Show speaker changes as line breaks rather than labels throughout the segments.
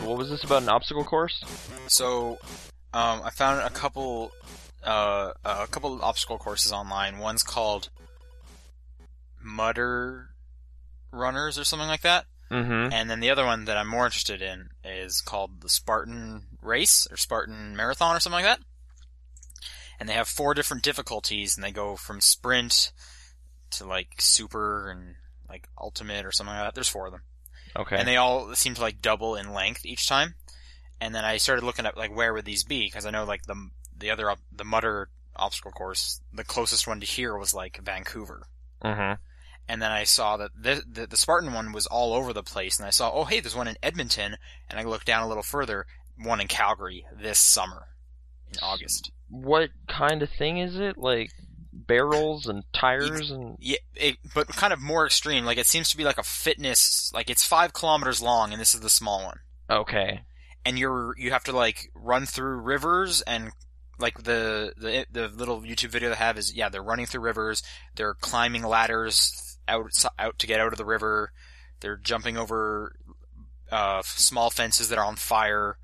was this about an obstacle course?
So, um, I found a couple, uh, a couple of obstacle courses online. One's called Mutter Runners or something like that,
Mm-hmm.
and then the other one that I'm more interested in is called the Spartan Race or Spartan Marathon or something like that. And they have four different difficulties, and they go from sprint to like super and like ultimate or something like that. There's four of them.
Okay.
and they all seem to like double in length each time. And then I started looking up like where would these be because I know like the the other op- the mutter obstacle course, the closest one to here was like Vancouver.
mm-hmm.
And then I saw that the, the the Spartan one was all over the place, and I saw oh hey there's one in Edmonton, and I looked down a little further, one in Calgary this summer in August.
What kind of thing is it? Like barrels and tires and
Yeah, it, but kind of more extreme. Like it seems to be like a fitness like it's five kilometers long, and this is the small one.
okay.
and you're you have to like run through rivers and like the the the little YouTube video they have is yeah they're running through rivers they're climbing ladders out out to get out of the river they're jumping over uh, small fences that are on fire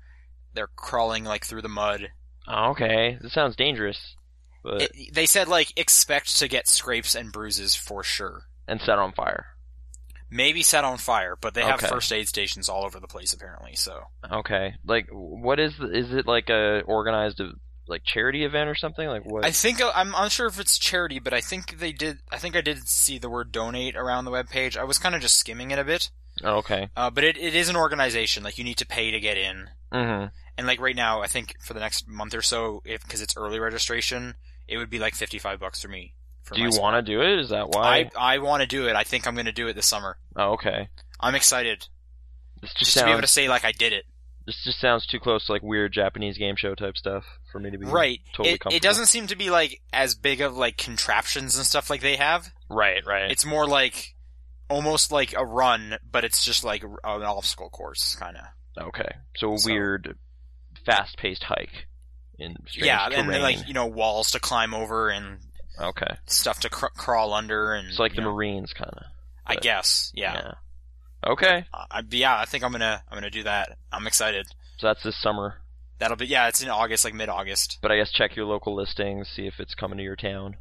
they're crawling like through the mud
Oh, okay. This sounds dangerous. But
it, they said like expect to get scrapes and bruises for sure
and set on fire.
maybe set on fire but they have
Okay.
first aid stations all over the place apparently so
Okay. Like what is the, is it like a organized uh, like charity event or something? Like what?
I think uh, I'm unsure if it's charity, but I think they did. I think I did see the word donate around the webpage. I was kind of just skimming it a bit,
oh, okay.
uh, but it, it is an organization. Like you need to pay to get in,
hmm
and like right now, I think for the next month or so, if because it's early registration, it would be like 55 bucks for me. For
Do you
my-
want to do it? Is that why?
I I want to do it. I think I'm going to do it this summer.
oh, okay.
I'm excited
This
just
just
to be able
sounds
to say like I did it.
this just sounds too close to like weird Japanese game show type stuff for me to be
Right.
totally
it,
comfortable.
it doesn't seem to be like as big of like contraptions and stuff like they have.
Right, right.
It's more like almost like a run, but it's just like an obstacle course, kind of.
okay. So a
So-
weird fast-paced hike in strange
Yeah, and
terrain.
then, like you know walls to climb over and
okay.
stuff to cr- crawl under and
It's like
you
the
know,
Marines kind of.
I
but-
guess, mm, yeah.
Okay.
I, I- yeah, I think I'm gonna I'm gonna do that. I'm excited.
So that's this summer.
That'll be yeah. It's in August, like mid August.
But I guess check your local listings, see if it's coming to your town.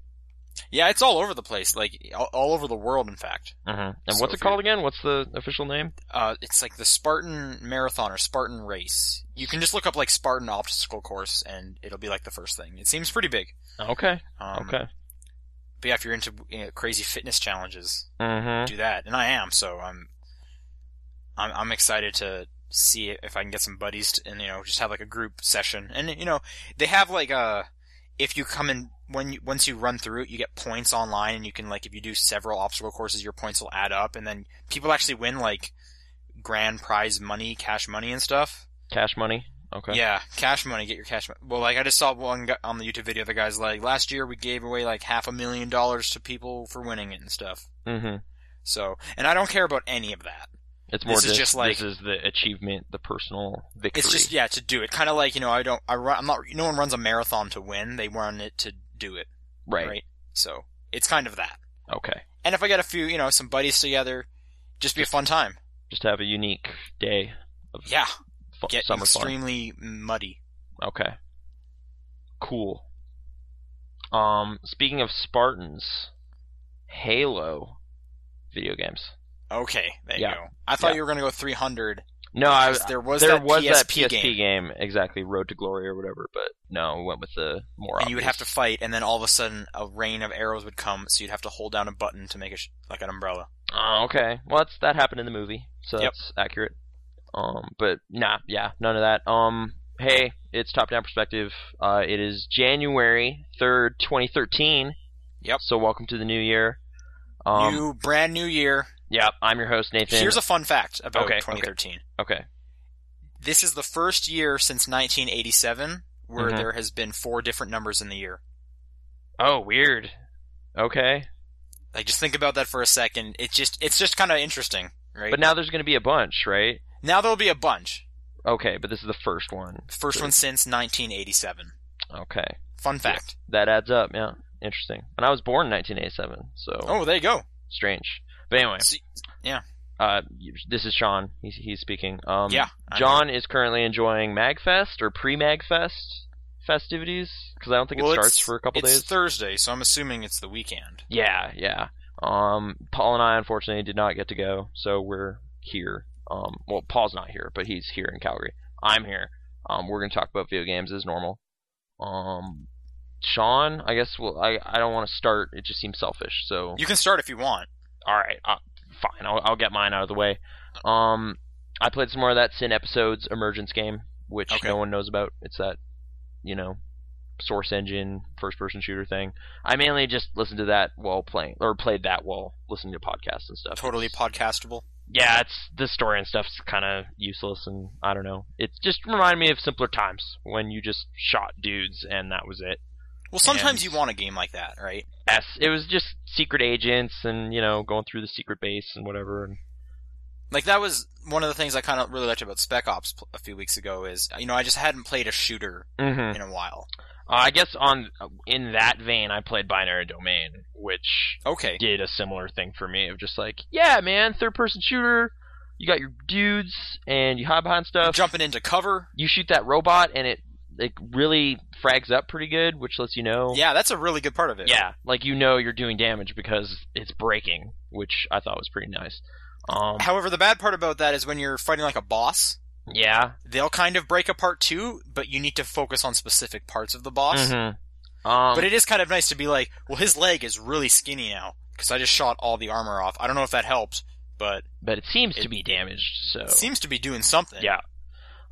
Yeah, it's all over the place, like all, all over the world, in fact.
Mm-hmm. And
So
what's
if
it called again? What's the official name?
Uh, it's like the Spartan Marathon or Spartan Race. You can just look up like Spartan obstacle course, and it'll be like the first thing. It seems pretty big.
Okay.
Um,
okay.
But yeah, if you're into you know, crazy fitness challenges,
Mm-hmm.
do that. And I am, so I'm, I'm, I'm excited to see if I can get some buddies to, and you know just have like a group session. And you know they have like a if you come in when you, once you run through it, you get points online, and you can like if you do several obstacle courses, your points will add up, and then people actually win like grand prize money, cash money, and stuff.
Cash money. Okay.
Yeah, cash money. Get your cash money. Well, like I just saw one guy on the YouTube video. The guy's like, last year we gave away like half a million dollars to people for winning it and stuff.
Mm-hmm.
So, and I don't care about any of that.
It's more
This is
just,
just like-
this is the achievement, the personal victory.
It's just yeah to do it. Kind of like you know I don't I run, I'm not no one runs a marathon to win. They run it to do it.
right.
So it's kind of that.
Okay.
And if I get a few you know some buddies together, just be a fun time.
Just have a unique day of
Yeah,
fu-
get
summer
extremely muddy.
fun. Okay. Cool. Um, speaking of Spartans, Halo video games.
Okay, there
Yeah.
you go. I thought
Yeah.
you were gonna go 300.
No, I,
because there was
there
that
was
PSP,
that PSP
game,
game. exactly, Road to Glory or whatever, but no, we went with the more.
and you would have
obvious.
to fight, and then all of a sudden a rain of arrows would come, so you'd have to hold down a button to make it sh- like an umbrella.
Oh, okay. Well, that's, that happened in the movie, so
Yep.
that's accurate. Um, but nah, yeah, none of that. Um, hey, it's Top Down Perspective. Uh, it is January third, twenty thirteen.
Yep.
So welcome to the new year. Um,
new brand new year.
yeah, I'm your host Nathan.
Here's a fun fact about
Okay, okay.
2013.
okay.
this is the first year since 1987 where
Mhm.
there has been four different numbers in the year.
Oh, weird. Okay,
Like just think about that for a second. It's just it's just kind of interesting, right?
but now there's going to be a bunch, right?
now there'll be a bunch.
Okay, but this is the first one.
First
Sure.
one since 1987.
Okay,
Fun fact.
that adds up. Yeah, interesting. And I was born in 1987, so
Oh, there you go.
strange. But anyway,
See- yeah.
Uh, this is Sean. He's, he's speaking. Um,
yeah. I
John is currently enjoying MagFest or pre-MagFest festivities because I don't think
Well,
it starts
it's-
for a couple
it's
days.
Thursday, so I'm assuming it's the weekend.
yeah, yeah. Um, Paul and I unfortunately did not get to go, so we're here. Um, well, Paul's not here, but he's here in Calgary. I'm here. Um, we're gonna talk about video games as normal. Um, Sean, I guess. Well, I I don't want to start. It just seems selfish. So
You can start if you want.
all right, uh, fine. I'll, I'll get mine out of the way. Um, I played some more of that Sin episodes emergence game, which
Okay.
no one knows about. It's that, you know, source engine first person shooter thing. I mainly just listened to that while playing, or played that while listening to podcasts and stuff.
Totally
It's-
podcastable.
yeah, it's the story and stuff's kind of useless, and I don't know. It just reminded me of simpler times when you just shot dudes and that was it.
Well,
And-
sometimes you want a game like that, right?
Yes, it was just secret agents and you know going through the secret base and whatever. And
Like that was one of the things I kind of really liked about Spec Ops pl- a few weeks ago is you know I just hadn't played a shooter
Mhm.
in a while.
Uh, I guess on in that vein, I played Binary Domain, which
Okay.
did a similar thing for me of just like, yeah, man, third person shooter. You got your dudes, and you hide behind stuff.
Jumping into cover.
You shoot that robot, and it it really frags up pretty good, which lets you know.
Yeah, that's a really good part of it.
Yeah, like you know you're doing damage because it's breaking, which I thought was pretty nice. Um,
However, the bad part about that is when you're fighting like a boss,
yeah.
they'll kind of break apart too, but you need to focus on specific parts of the boss.
mhm. Um,
But it is kind of nice to be like, well, his leg is really skinny now because I just shot all the armor off. I don't know if that helped, but
but it seems
it-
to be damaged. So
it seems to be doing something.
Yeah.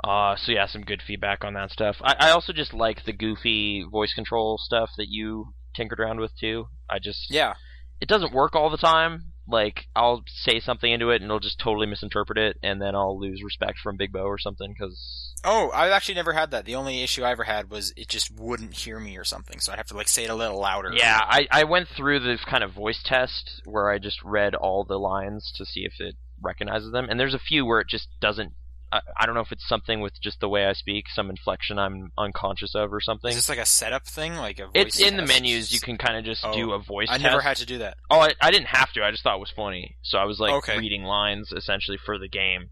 Uh, so yeah, some good feedback on that stuff. I, I also just like the goofy voice control stuff that you tinkered around with too. I just
Yeah.
it doesn't work all the time. Like I'll say something into it and it'll just totally misinterpret it, and then I'll lose respect from Big Bo or something because
Oh, I've actually never had that. The only issue I ever had was it just wouldn't hear me or something, so I'd have to like say it a little louder.
yeah, I I went through this kind of voice test where I just read all the lines to see if it recognizes them, and there's a few where it just doesn't. I, I don't know if it's something with just the way I speak, some inflection I'm unconscious of or something.
Is this like a setup thing? Like a voice
It's in the
test?
menus. You can kind of just
Oh.
do a voice
I
test.
never had to do that.
oh, I, I didn't have to. I just thought it was funny, so I was like
Okay.
reading lines essentially for the game.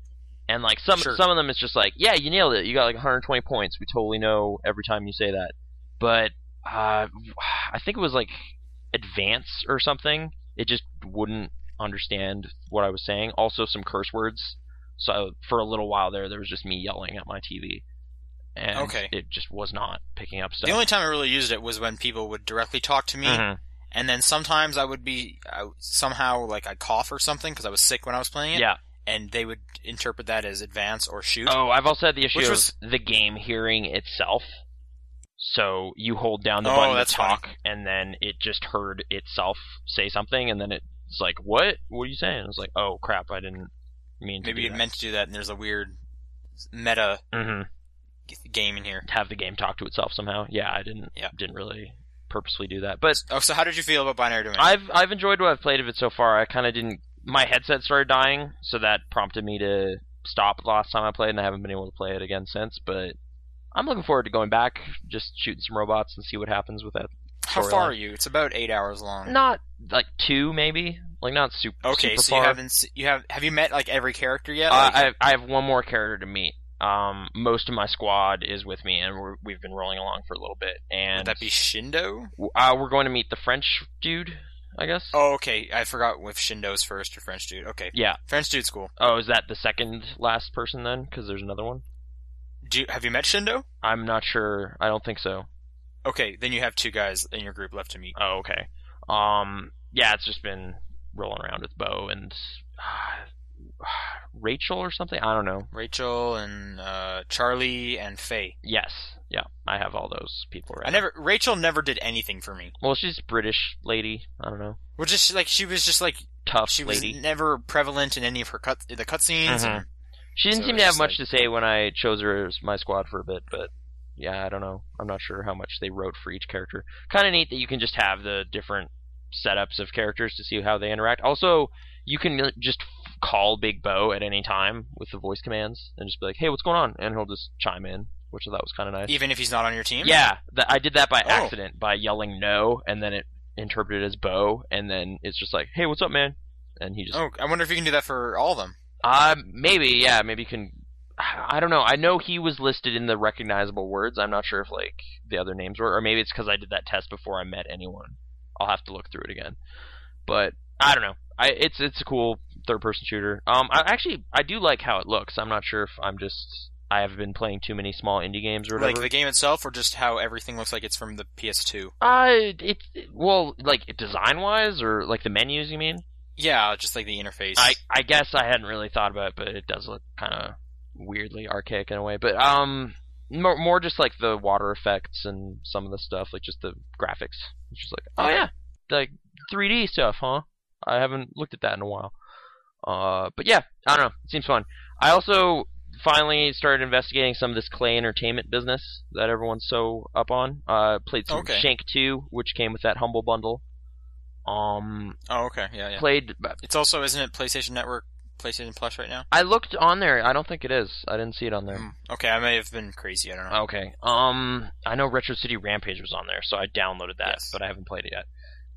And like some
Sure.
some of them, it's just like, yeah, you nailed it. You got like 120 points. We totally know every time you say that. But uh, I think it was like advance or something. It just wouldn't understand what I was saying. Also, some curse words. So for a little while there, there was just me yelling at my TV, and
Okay.
it just was not picking up stuff.
The only time I really used it was when people would directly talk to me,
Mhm.
and then sometimes I would be I, somehow like I cough or something because I was sick when I was playing it,
Yeah.
and they would interpret that as advance or shoot.
Oh, I've also had the issue
Which
of
was-
the game hearing itself. So you hold down the
Oh,
button to
that's
talk, and then it just heard itself say something, and then it's like, "What? What are you saying?" It's like, "Oh crap, I didn't mean to."
Maybe
do
it
that.
meant to do that, and there's a weird meta
Mhm.
g- game in here.
have the game talk to itself somehow. Yeah, I didn't.
Yeah.
didn't really purposely do that, but
Oh, so how did you feel about binary domain?
I've I've enjoyed what I've played of it so far. I kind of didn't. My headset started dying, so that prompted me to stop the last time I played, and I haven't been able to play it again since. But I'm looking forward to going back, just shooting some robots and see what happens with that.
how
storyline.
far are you? It's about eight hours long.
Not like two, maybe. Like not super.
Okay,
super
so
far.
you haven't se- you have have you met like every character yet?
Uh,
Like,
I have, I have one more character to meet. Um, most of my squad is with me, and we're, we've been rolling along for a little bit. And
would that be Shindo?
uh, we're going to meet the French dude, I guess.
Oh, okay. I forgot if Shindo's first or French dude. Okay,
Yeah.
French dude's cool.
Oh, is that the second last person then? Because there's another one.
Do you, have you met Shindo?
I'm not sure. I don't think so.
Okay, then you have two guys in your group left to meet.
Oh, okay. Um, yeah, it's just been rolling around with Bo and uh, Rachel or something. I don't know.
Rachel and uh, Charlie and Faye.
Yes, yeah, I have all those people right.
I never Rachel never did anything for me.
Well, she's British lady. I don't know.
We're just like she was just like
Tough
she was
lady.
never prevalent in any of her cut the
Mhm.
cutscenes. and-
she didn't
so
seem
it's
to have
just
much
like-
to say when I chose her as my squad for a bit, but yeah, I don't know. I'm not sure how much they wrote for each character. Kind of neat that you can just have the different setups of characters to see how they interact. Also, you can li- just f- call Big Bo at any time with the voice commands and just be like, "Hey, what's going on?" and he'll just chime in, which I thought was kind of nice.
Even if he's not on your team.
Mm-hmm. Yeah, th- I did that by
Oh.
accident by yelling no, and then it interpreted as Bo, and then it's just like, "Hey, what's up, man?" and he just
Oh, I wonder if you can do that for all of them.
Uh, maybe, yeah, maybe you can. I don't know. I know he was listed in the recognizable words. I'm not sure if like the other names were, or maybe it's because I did that test before I met anyone. I'll have to look through it again. But I don't know. I it's it's a cool third person shooter. Um, I actually I do like how it looks. I'm not sure if I'm just I have been playing too many small indie games or whatever.
Like the game itself, or just how everything looks like it's from the PS2.
uh, it well like design wise or like the menus you mean?
Yeah, just like the interface.
I, I guess I hadn't really thought about it, but it does look kind of weirdly archaic in a way. But um, more, more just like the water effects and some of the stuff, like just the graphics. It's just like, oh yeah, like 3D stuff, huh? I haven't looked at that in a while. Uh, but yeah, I don't know. It seems fun. I also finally started investigating some of this clay entertainment business that everyone's so up on. Uh, played some
Okay.
Shank 2, which came with that humble bundle. Um,
oh, okay, yeah, yeah.
played
It's also isn't it PlayStation Network, PlayStation Plus right now?
I looked on there. I don't think it is. I didn't see it on there.
Hmm. Okay, I may have been crazy. I don't know.
Okay. Um, I know Retro City Rampage was on there, so I downloaded that,
Yes.
but I haven't played it yet.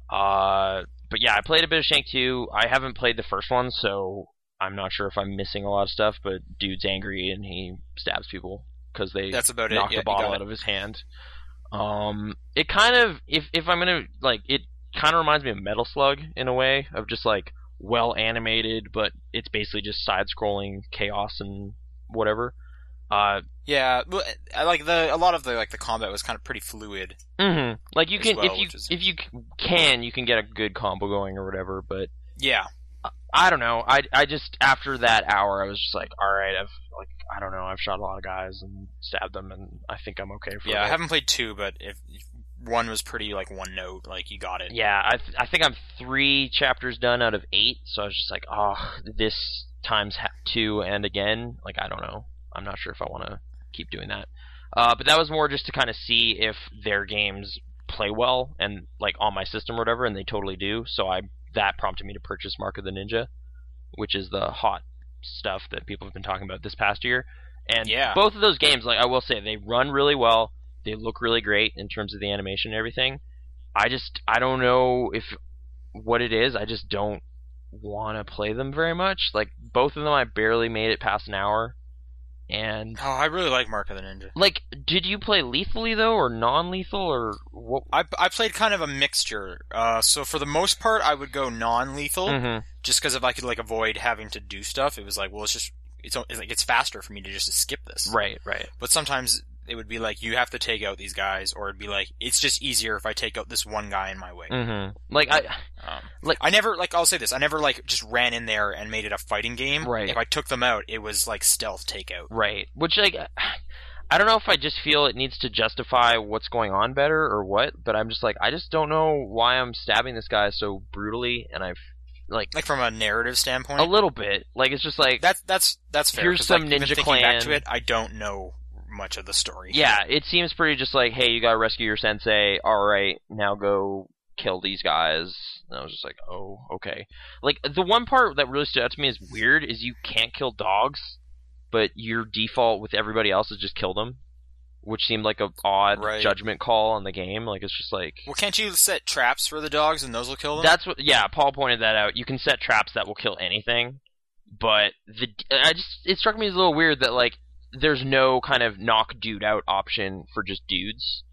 Uh, but yeah, I played a bit of Shank 2. I haven't played the first one, so I'm not sure if I'm missing a lot of stuff. But dude's angry and he stabs people because they
That's about it.
knocked
yeah,
the ball
you got
out of his hand. Um, it kind of if if I'm gonna like it kind of reminds me of Metal Slug in a way of just like well animated, but it's basically just side scrolling chaos and whatever. Uh,
Yeah, well, I like the a lot of the like the combat was kind of pretty fluid.
hmm like you
As
can
well,
if you
which is-
if you c- can you can get a good combo going or whatever, but
Yeah,
I don't know. I, I just after that hour, I was just like, all right, I've like I don't know, I've shot a lot of guys and stabbed them, and I think I'm okay for
yeah. I
it.
haven't played two, but if one was pretty like one note, like you got it.
yeah, I th- I think I'm three chapters done out of eight, so I was just like, oh, this times ha- two and again, like I don't know, I'm not sure if I want to keep doing that. Uh, but that was more just to kind of see if their games play well and like on my system or whatever, and they totally do. So I that prompted me to purchase Mark of the Ninja, which is the hot stuff that people have been talking about this past year. And
Yeah.
both of those games, like I will say, they run really well. They look really great in terms of the animation and everything. I just I don't know if what it is. I just don't want to play them very much. Like both of them, I barely made it past an hour, and
Oh, I really like Mark of the Ninja.
like, did you play lethally though, or non-lethal, or what?
I, I played kind of a mixture. Uh, so for the most part, I would go non-lethal, Just 'cause
Mhm.
just because if I could like avoid having to do stuff, it was like, well, it's just it's, o- it's like it's faster for me to just skip this.
Right, right.
But sometimes it would be like you have to take out these guys, or it'd be like it's just easier if I take out this one guy in my way.
hmm Like I,
Um,
Like-
like I never like I'll say this, I never like just ran in there and made it a fighting game.
Right.
If I took them out, it was like stealth takeout.
right. Which like, I don't know if I just feel it needs to justify what's going on better or what, but I'm just like, I just don't know why I'm stabbing this guy so brutally, and I've like
Like from a narrative standpoint.
a little bit. Like it's just like
that's that's that's fair.
Here's
'cause,
some
like, even
Ninja
thinking
Clan.
back to it, I don't know much of the story.
Yeah, it seems pretty just like, hey, you gotta rescue your sensei. All right, now go kill these guys. And I was just like, oh, okay. Like the one part that really stood out to me as weird is you can't kill dogs, but your default with everybody else is just kill them, which seemed like a odd
Right.
judgment call on the game. Like it's just like
Well, can't you set traps for the dogs and those will kill them?
that's what. Yeah, Paul pointed that out. You can set traps that will kill anything, but the I just it struck me as a little weird that like there's no kind of knock dude out option for just dudes.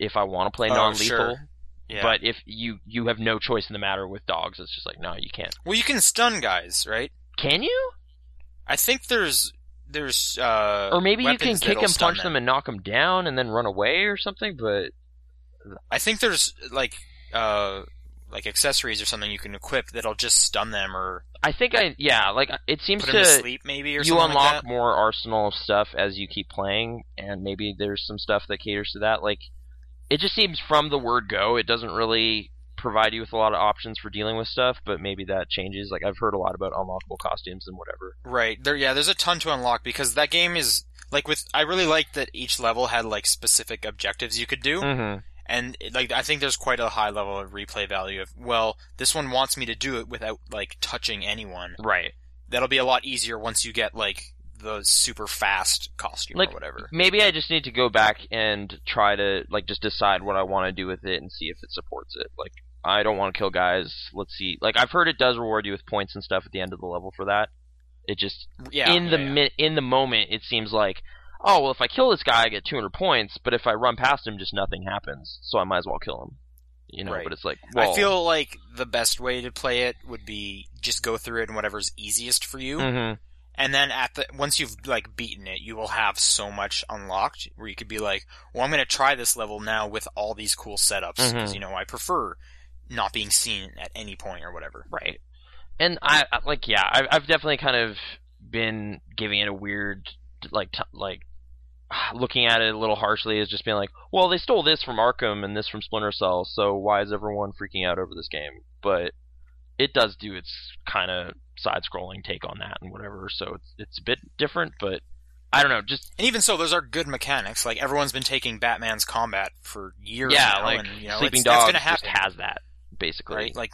If I want to play
Oh,
non-lethal,
sure. yeah.
but if you you have no choice in the matter with dogs, it's just like no, you can't.
well, you can stun guys, right?
Can you?
I think there's there's uh
Or maybe you can
weapons
kick
that'll
and
stun
punch them. and knock them down and then run away or something. But
I think there's like uh like accessories or something you can equip that'll just stun them or
I think I yeah, like it seems
put
to
them to sleep maybe or
you
something like
unlock
that.
more arsenal of stuff as you keep playing, and maybe there's some stuff that caters to that. Like, it just seems from the word go, it doesn't really provide you with a lot of options for dealing with stuff, but maybe that changes. Like, I've heard a lot about unlockable costumes and whatever.
Right. There yeah, there's a ton to unlock because that game is like with I really liked that each level had like specific objectives you could do
Mm-hmm.
and like I think there's quite a high level of replay value of well, this one wants me to do it without like touching anyone.
Right.
That'll be a lot easier once you get like the super fast costume
Like-
or whatever.
Maybe I just need to go back and try to like just decide what I want to do with it and see if it supports it. Like, I don't want to kill guys. Let's see. Like I've heard it does reward you with points and stuff at the end of the level for that. It just
Yeah.
in the
yeah, yeah.
mi- in the moment it seems like oh well if I kill this guy I get 200 points, but if I run past him just nothing happens, so I might as well kill him. You know,
Right.
but it's like well,
I feel like the best way to play it would be just go through it in whatever's easiest for you,
Mhm.
and then at the once you've like beaten it, you will have so much unlocked where you could be like, "Well, I'm going to try this level now with all these cool setups because
Mhm.
you know I prefer not being seen at any point or whatever."
right. And I I- like yeah, I've, I've definitely kind of been giving it a weird like t- like looking at it a little harshly as just being like, well, they stole this from Arkham and this from Splinter Cell, so why is everyone freaking out over this game? But it does do its kind of side-scrolling take on that and whatever, so it's it's a bit different, but I don't know, just
And even so, those are good mechanics. Like everyone's been taking Batman's combat for years.
yeah,
now,
like
and, you know,
Sleeping
it's, that's
Dogs
gonna
just
happen.
has that basically.
right? Like,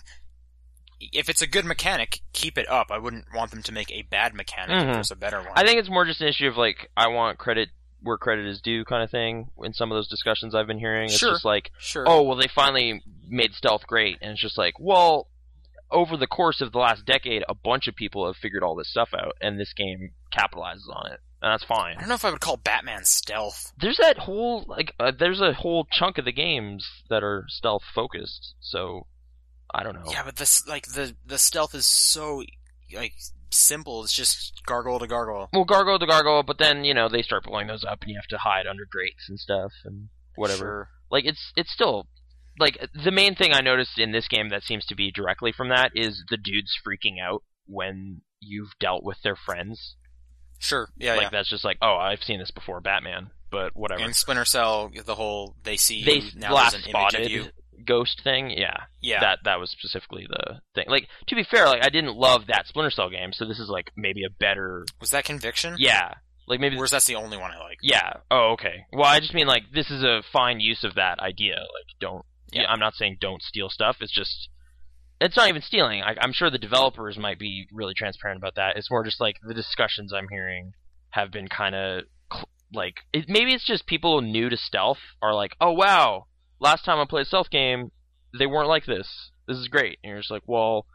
if it's a good mechanic, keep it up. I wouldn't want them to make a bad mechanic
Mhm.
if there's a better one.
I think it's more just an issue of like I want credit where credit is due kind of thing in some of those discussions I've been hearing. It's
Sure.
just like,
sure.
oh well they finally made stealth great and it's just like, well, over the course of the last decade a bunch of people have figured all this stuff out and this game capitalizes on it. And that's
I
fine.
don't know if I would call Batman stealth.
There's that whole like uh, there's a whole chunk of the games that are stealth focused. So I don't know.
Yeah, but this like the the stealth is so like simple. It's just gargoyle to gargoyle.
Well, gargoyle to gargoyle, but then you know they start blowing those up, and you have to hide under grates and stuff and whatever.
Sure.
Like it's it's still like the main thing I noticed in this game that seems to be directly from that is the dudes freaking out when you've dealt with their friends.
Sure. Yeah.
like
yeah.
that's just like, oh, I've seen this before, Batman. But whatever.
And Splinter Cell, the whole they see
they
you, now
last
there's an image of
spotted
you.
ghost thing. Yeah,
Yeah.
that that was specifically the thing. Like to be fair, like I didn't love that Splinter Cell game, so this is like maybe a better.
was that conviction?
Yeah, like maybe
Whereas that's the only one I like.
Yeah. Oh, okay. Well, I just mean like this is a fine use of that idea. Like, don't.
Yeah.
Yeah. I'm not saying don't steal stuff. It's just, it's not even stealing. I, I'm sure the developers might be really transparent about that. It's more just like the discussions I'm hearing have been kind of cl- like it, maybe it's just people new to stealth are like, oh wow, last time I played a stealth game, they weren't like this. This is great. And you're just like, well,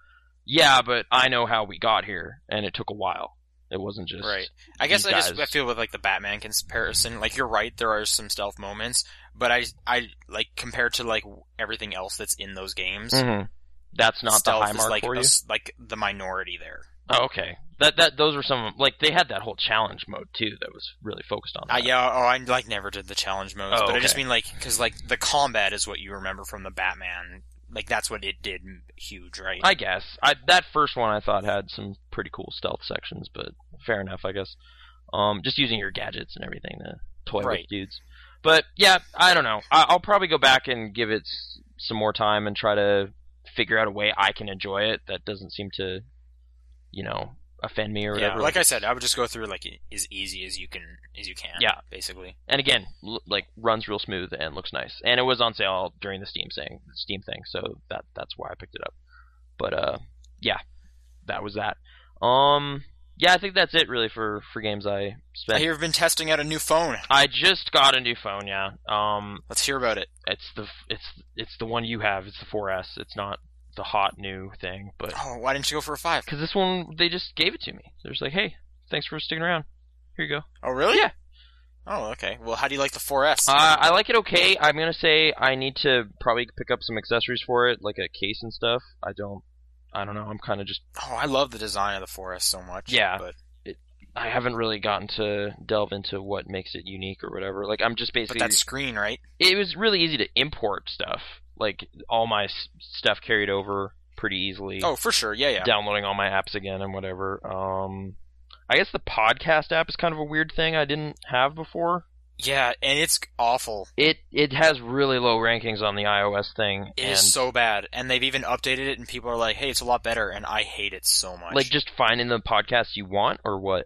yeah, but I know how we got here, and it took a while. It wasn't just
Right. I guess
these
I just
guys.
I feel with like the Batman comparison. Like you're right, there are some stealth moments, but I I like compared to like everything else that's in those games,
Mhm. That's not the
Mm-hmm. stealth
high
is
mark
like
for
a
you.
s- like the minority there.
Oh, okay. That that those were some like they had that whole challenge mode too that was really focused on. That.
I, yeah, oh, I like never did the challenge modes,
Oh,
but I just
okay.
mean like because like the combat is what you remember from the Batman. Like that's what it did m- huge, right?
I guess I, that first one I thought had some pretty cool stealth sections, but fair enough, I guess. Um, just using your gadgets and everything to toy
Right.
with dudes. But yeah, I don't know. I, I'll probably go back and give it s- some more time and try to figure out a way I can enjoy it that doesn't seem to, you know, offend me or
yeah,
whatever.
like I said, I would just go through like i- as easy as you can, as you can.
Yeah.
basically.
and again, l- like runs real smooth and looks nice. And it was on sale during the Steam thing, Steam thing, so that that's why I picked it up. But uh, yeah, that was that. Um, yeah, I think that's it really for for games I
I
spent.
hear you've been testing out a new phone.
I just got a new phone, yeah. Um,
Let's hear about it.
it's the f- it's it's the one you have. It's the 4S. It's not the hot new thing, but
Oh, why didn't you go for a five?
because this one they just gave it to me. They're just like, hey, thanks for sticking around. Here you go.
Oh, really?
Yeah.
Oh, okay. Well, how do you like the 4S?
Uh, I like it okay. I'm gonna say I need to probably pick up some accessories for it, like a case and stuff. I don't, I don't know. I'm kind of just,
oh, I love the design of the 4S so much.
Yeah.
But,
I haven't really gotten to delve into what makes it unique or whatever. Like I'm just
but
basically,
that screen, right?
it was really easy to import stuff. Like all my s- stuff carried over pretty easily.
Oh, for sure. Yeah, yeah.
downloading all my apps again and whatever. Um, I guess the podcast app is kind of a weird thing I didn't have before.
Yeah, and it's awful.
It it has really low rankings on the iOS thing.
It is
and
so bad. And they've even updated it, and people are like, hey, it's a lot better, and I hate it so much.
like just finding the podcast you want or what?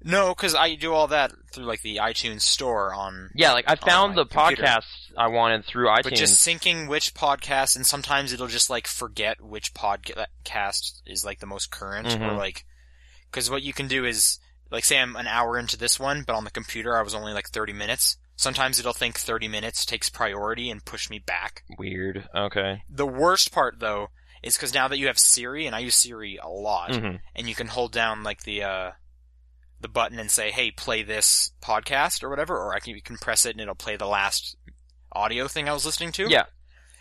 No, because I do all that through, like, the iTunes store on.
Yeah, like I found
my
the
computer.
podcast I wanted through iTunes.
But just syncing which podcast, and sometimes it'll just, like, forget which podcast is, like, the most current, or,
Mhm.
like. Because what you can do is, like, say I'm an hour into this one, but on the computer I was only, like, 30 minutes. Sometimes it'll think 30 minutes takes priority and push me back.
Weird. Okay.
The worst part though is because now that you have Siri, and I use Siri a lot,
hmm
and you can hold down like the uh, the button and say, "Hey, play this podcast" or whatever, or I can you can press it and it'll play the last audio thing I was listening to.
Yeah.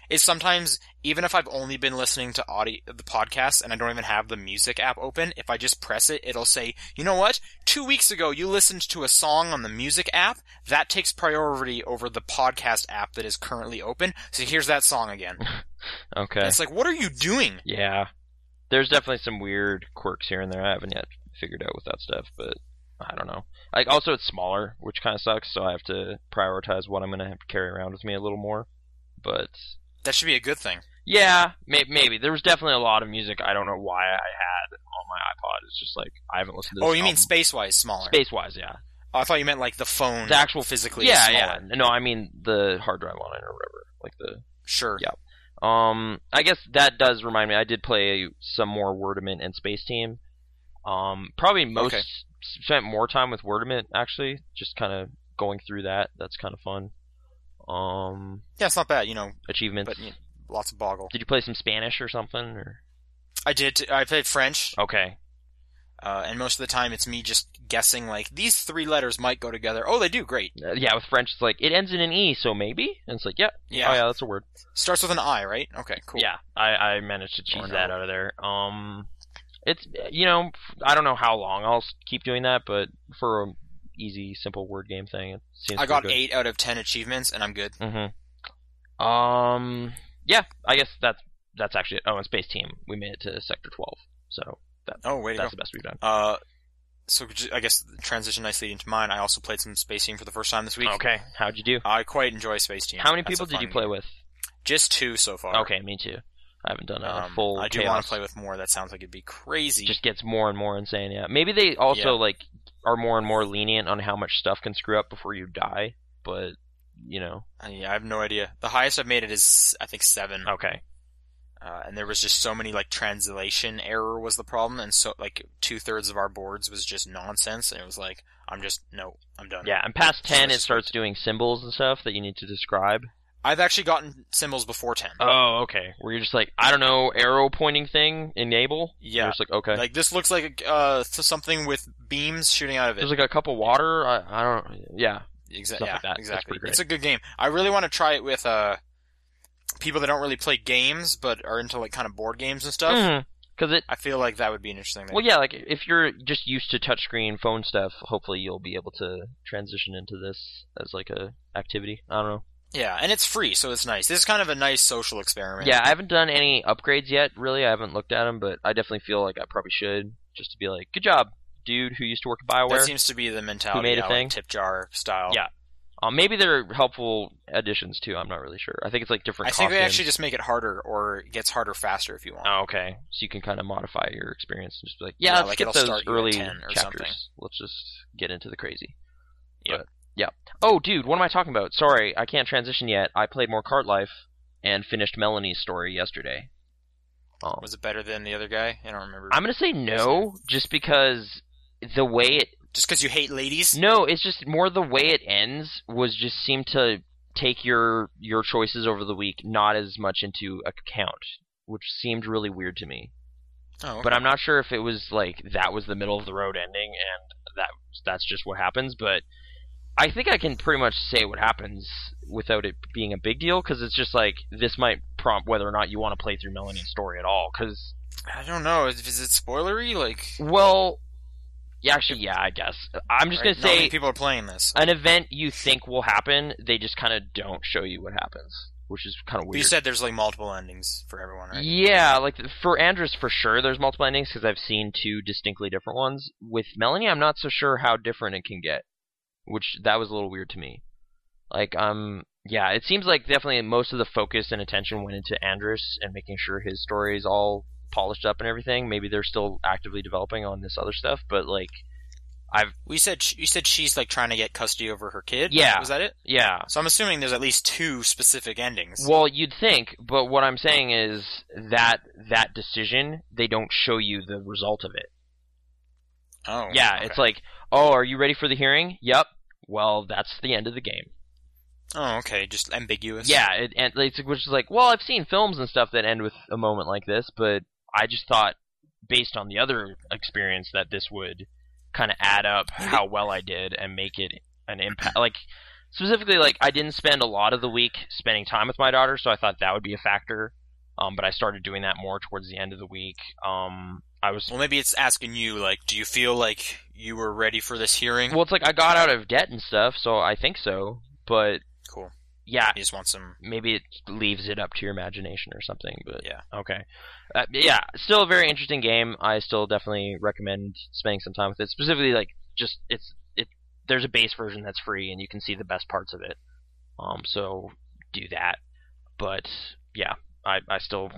is sometimes even if I've only been listening to audio the podcast and I don't even have the music app open, if I just press it, it'll say, "You know what? Two weeks ago, you listened to a song on the music app that takes priority over the podcast app that is currently open. So here's that song again."
Okay.
And it's like, what are you doing?
Yeah. There's definitely some weird quirks here and there I haven't yet figured out with that stuff, but I don't know. Like also it's smaller, which kind of sucks, so I have to prioritize what I'm going to have to carry around with me a little more. But
That should be a good thing.
yeah, may- maybe there was definitely a lot of music I don't know why I had on my iPod. It's just like I haven't listened to this
Oh, you mean
album.
space wise smaller?
space-wise, yeah.
Oh, I thought you meant like the phone.
The actual
physically.
yeah,
is smaller.
yeah. No, I mean the hard drive on it or whatever. Like the
Sure.
Yeah. Um, I guess that does remind me. I did play some more Wordament and Space Team. Um, probably most
Okay.
spent more time with Wordament actually. Just kind of going through that. That's kind of fun. Um,
Yeah, it's not bad, you know,
achievements.
but you lots of boggle.
Did you play some Spanish or something? Or
I did. I played French,
okay,
uh, and most of the time it's me just guessing. Like these three letters might go together. Oh, they do. Great.
Uh, yeah. With French, it's like it ends in an e, so maybe. And it's like, yeah,
Yeah.
oh yeah, that's a word.
Starts with an I, right? Okay. Cool.
Yeah, I, I managed to
Or
cheese
no.
that out of there. Um, it's you know I don't know how long I'll s- keep doing that, but for a easy, simple word game thing, it seems.
I got
pretty
eight out of ten achievements, and I'm good.
good. Mm-hmm. Um, yeah, I guess that's that's actually it. Oh, and space team, we made it to sector twelve, so
Oh, way to
that's the
go.
best we've done.
Uh, so j- I guess transition nicely into mine. I also played some Space Team for the first time this week.
Okay, how'd you do?
I quite enjoy Space Team.
How many
That's a
people did you
fun
play
game.
with?
Just two so far.
Okay, me too. I haven't done a
Um,
full.
I do
chaos.
want to play with more. That sounds like it'd be crazy.
just gets more and more insane. Yeah, maybe they also
Yeah.
like are more and more lenient on how much stuff can screw up before you die. But you know,
Uh, yeah, I have no idea. The highest I've made it is I think seven,
okay,
uh, and there was just so many like translation error was the problem, and so like two thirds of our boards was just nonsense, and it was like I'm just no, I'm done.
yeah. And past
So
ten, it
it's-
starts doing symbols and stuff that you need to describe.
I've actually gotten symbols before ten.
Oh, okay. Where you're just like, I don't know, arrow pointing thing, enable.
yeah,
You're just like, okay.
like this looks like a, uh s- something with beams shooting out of it.
There's like a cup of water. I, I don't. Yeah.
Exa-
stuff
yeah,
like that. That's
exactly.
pretty great.
It's a good game. I really want to try it with uh people that don't really play games but are into like kind of board games and stuff.
Because Mm-hmm. it
I feel like that would be an interesting thing.
Hmm. Well, yeah, like if you're just used to touchscreen phone stuff, hopefully you'll be able to transition into this as like a activity. I don't know.
Yeah, and it's free, so it's nice. This is kind of a nice social experiment.
Yeah, I haven't done any upgrades yet. Really, I haven't looked at them, but I definitely feel like I probably should, just to be like, good job, dude, who used to work at
that
Bioware.
seems to be the mentality.
made a
yeah, like
thing?
tip jar style.
Yeah, um, maybe they're helpful additions too. I'm not really sure. I think it's like different.
I think they
costumes.
actually just make it harder, or it gets harder faster if you want.
Oh, okay. So you can kind of modify your experience and just be like, yeah,
Yeah,
let's
like
get
it'll
those
start you at
early
10 or
chapters.
something.
Let's just get into the crazy.
Yep.
But, yeah. Oh, dude, what am I talking about? Sorry, I can't transition yet. I played more Cart Life and finished Melanie's story yesterday. Um,
Was it better than the other guy? I don't remember.
I'm gonna say no, just because the way it.
just because you hate ladies.
No, it's just more the way it ends was just seemed to take your your choices over the week not as much into account, which seemed really weird to me
Oh, okay.
but I'm not sure if it was like that was the middle of the road ending and that that's just what happens. But I think I can pretty much say what happens without it being a big deal because it's just like this might prompt whether or not you want to play through Melanie's story at all. Because
I don't know. Is, is it spoilery? Like,
well, yeah, actually, yeah, I guess I'm just gonna
right, not many
say
people are playing this.
an event you think will happen, they just kind of don't show you what happens, which is kind of
But
weird.
you said there's like multiple endings for everyone, right?
Yeah, like for Andrus for sure, there's multiple endings because I've seen two distinctly different ones. With Melanie, I'm not so sure how different it can get, which that was a little weird to me. Like, um, yeah, it seems like definitely most of the focus and attention went into Andrus and making sure his story is all polished up and everything. Maybe they're still actively developing on this other stuff, but like,
We said sh- you said she's like trying to get custody over her kid.
Yeah.
Was that it?
yeah,
So I'm assuming there's at least two specific endings.
Well, you'd think, but what I'm saying is that that decision, they don't show you the result of it.
oh.
Yeah,
okay.
"Oh, it's like, oh, are you ready for the hearing? Yep. Well, that's the end of the game.
Oh, okay, just ambiguous.
Yeah, it, and it's which is like, well, I've seen films and stuff that end with a moment like this, but I just thought, based on the other experience, that this would kind of add up how well I did and make it an impact. Like specifically, like I didn't spend a lot of the week spending time with my daughter, so I thought that would be a factor. Um, but I started doing that more towards the end of the week. Um, I was
Well, maybe it's asking you, like, do you feel like you were ready for this hearing?
well, it's like I got out of debt and stuff, so I think so. But
cool.
yeah,
You just want some.
maybe it leaves it up to your imagination or something. But
Yeah.
okay, uh, yeah, still a very interesting game. I still definitely recommend spending some time with it. Specifically, like just it's it. There's a base version that's free, and you can see the best parts of it. Um, so do that. But yeah, I I still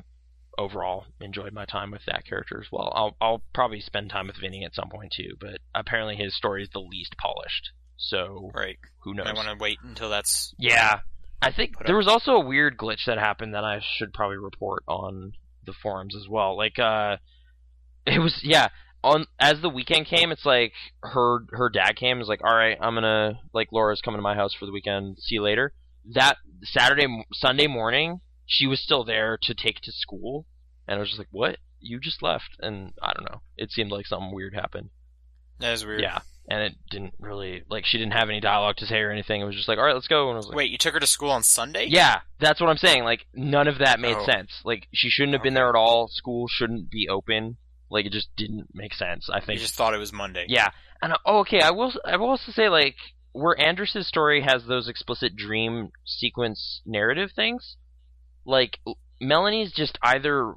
overall enjoyed my time with that character as well. I'll I'll probably spend time with Vinny at some point too, but apparently his story is the least polished. So
Right.
who
I
knows?
want to wait until that's.
Yeah. I think
Put
there
up-
was also a weird glitch that happened that I should probably report on the forums as well. Like uh it was yeah, on as the weekend came, it's like her her dad came is like, "All right, I'm going to like Laura's coming to my house for the weekend. See you later." That Saturday m- Sunday morning, she was still there to take to school, and I was just like, "What? You just left?" And I don't know. It seemed like something weird happened.
That is weird.
Yeah. And it didn't really like she didn't have any dialogue to say or anything. It was just like, "All right, let's go." And I was like,
Wait, you took her to school on Sunday?
yeah, that's what I'm saying. Like none of that made
Oh.
sense. Like she shouldn't have been there at all. School shouldn't be open. Like it just didn't make sense. I
You
think.
just thought it was Monday.
Yeah, and I- oh, okay. I will. I will also say like where Andrus's story has those explicit dream sequence narrative things, like l- Melanie's just either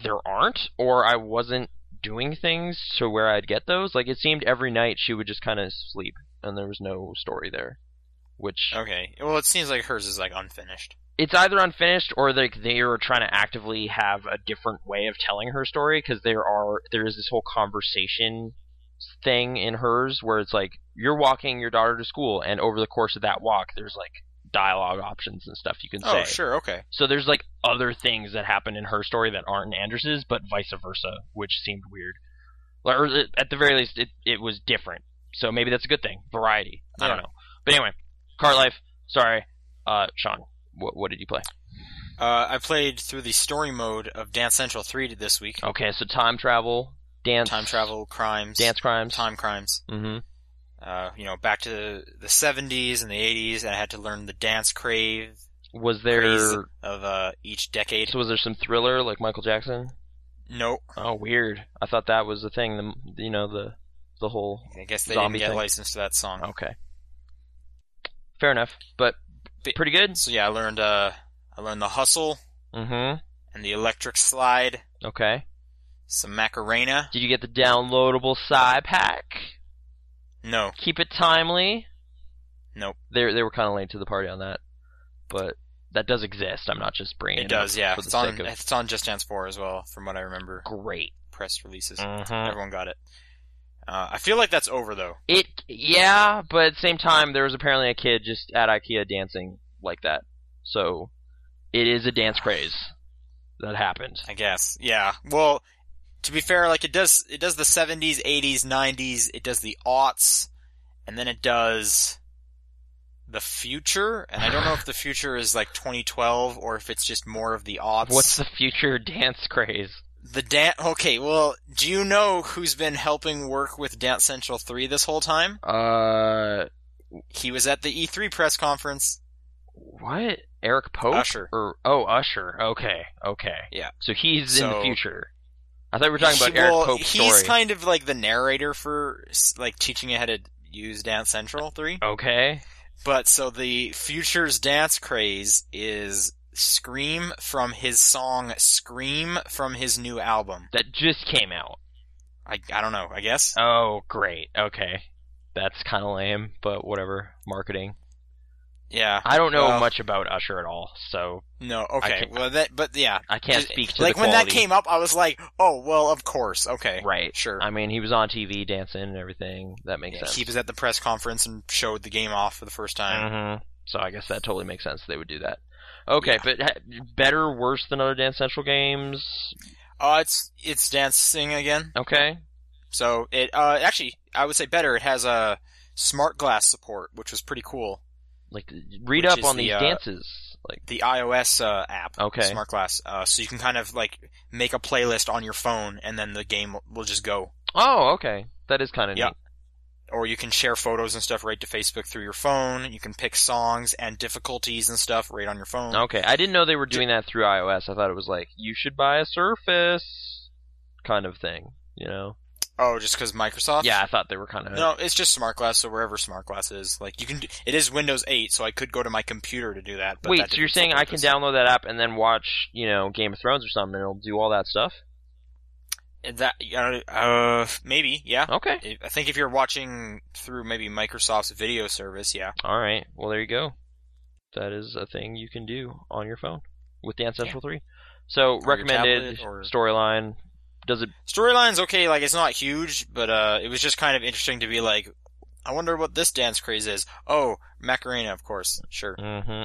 there aren't or I wasn't doing things to where I'd get those. Like it seemed every night she would just kind of sleep and there was no story there, which
Okay. Well, it seems like hers is like unfinished.
it's either unfinished or like they are trying to actively have a different way of telling her story because there are there is this whole conversation thing in hers where it's like you're walking your daughter to school and over the course of that walk there's like dialogue options and stuff you can
Oh,
say.
sure. Okay.
So there's like other things that happen in her story that aren't in Anders's, but vice versa, which seemed weird. Or or it- at the very least, it, it was different. So maybe that's a good thing. Variety. I don't
Yeah.
know. But anyway, Car Life. Sorry, uh, Sean. What what did you play?
Uh, I played through the story mode of Dance Central 3 this week.
Okay, so time travel, dance,
Time travel, crimes,
dance crimes.
time crimes.
hmm
Uh, you know, back to the 70s and the 80s, and I had to learn the dance crave
Was there
Craze. of uh, each decade.
so was there some thriller like Michael Jackson?
Nope.
Oh, weird. I thought that was the thing. The you know the the whole.
I guess they
Zombie
didn't get
thing. Oh.
licensed to that song.
Okay. Fair enough, but
Bi-
pretty good.
So yeah, I learned uh, I learned the hustle
Mm-hmm.
and the electric slide,
Okay.
some Macarena.
Did you get the downloadable sci pack?
No,
Keep it timely.
Nope.
They they were kind of late to the party on that, but that does exist. I'm not just bringing it,
it does.
up
Yeah,
for the
it's on
sake of
it's on Just Dance 4 as well, from what I remember.
great.
Press releases,
Mhm.
everyone got it. Uh, I feel like that's over though.
It yeah, but at the same time, there was apparently a kid just at IKEA dancing like that. So it is a dance craze that happened.
I guess. Yeah. Well, to be fair, like it does it does the 70s, 80s, 90s. It does the aughts, and then it does the future. And I don't know if the future is like 2012 or if it's just more of the aughts.
What's the future dance craze?
The Dan. Okay, well, do you know who's been helping work with Dance Central 3 this whole time?
Uh,
He was at the E3 press conference.
what? Eric Pope?
Usher.
Or oh, Usher. Okay, okay.
Yeah.
So he's in the
So-
future. I thought we were talking about
He-
Eric
well,
Pope's
he's
story.
kind of like the narrator for s- like teaching you how to use Dance Central 3.
okay.
But so the future's dance craze is Scream from his song Scream from his new album.
That just came out.
I, I don't know, I guess.
Oh, great. Okay. That's kind of lame, but whatever. Marketing.
Yeah.
I don't know
Well-
much about Usher at all, so
No, okay.
can't-
Well, that but yeah.
I can't
Just-
speak to
Like
the
when
quality.
that came up, I was like, "Oh, well, of course. Okay.
Right.
Sure."
I mean, he was on TV dancing and everything. That makes
Yeah,
sense.
He was at the press conference and showed the game off for the first time.
hmm So I guess that totally makes sense. They would do that. Okay,
Yeah.
but ha- better, worse than other Dance Central games. Mm-hmm.
Uh, it's it's dancing again.
Okay.
So it uh actually I would say better. It has a smart glass support, which was pretty cool.
Like read
Which
up
is
on
the,
these
uh,
dances. Like
the iOS uh, app,
Okay.
Smart Glass. Uh, so you can kind of like make a playlist on your phone, and then the game will- will just go.
oh, okay, that is kind of
Yeah.
neat.
Or you can share photos and stuff right to Facebook through your phone. You can pick songs and difficulties and stuff right on your phone.
Okay, I didn't know they were doing that through iOS. I thought it was like you should buy a Surface kind of thing. You know?
Oh, just because Microsoft?
Yeah, I thought they were kind of.
No, it's just Smart Glass. So wherever Smart Glass is, like you can, do, it is Windows 8, so I could go to my computer to do that. But
Wait,
that
so you're
didn't
saying I
support
can
this.
download that app and then watch, you know, Game of Thrones or something, and it'll do all that stuff?
that? uh, Uh, maybe, yeah.
Okay.
I- I think if you're watching through maybe Microsoft's video service, yeah.
All right. Well, there you go. That is a thing you can do on your phone with the Ancestral 3. So,
your
recommended
tablet, or-
storyline. Does it.
storyline's okay like it's not huge but uh it was just kind of interesting to be like i wonder what this dance craze is oh macarena of course sure
hmm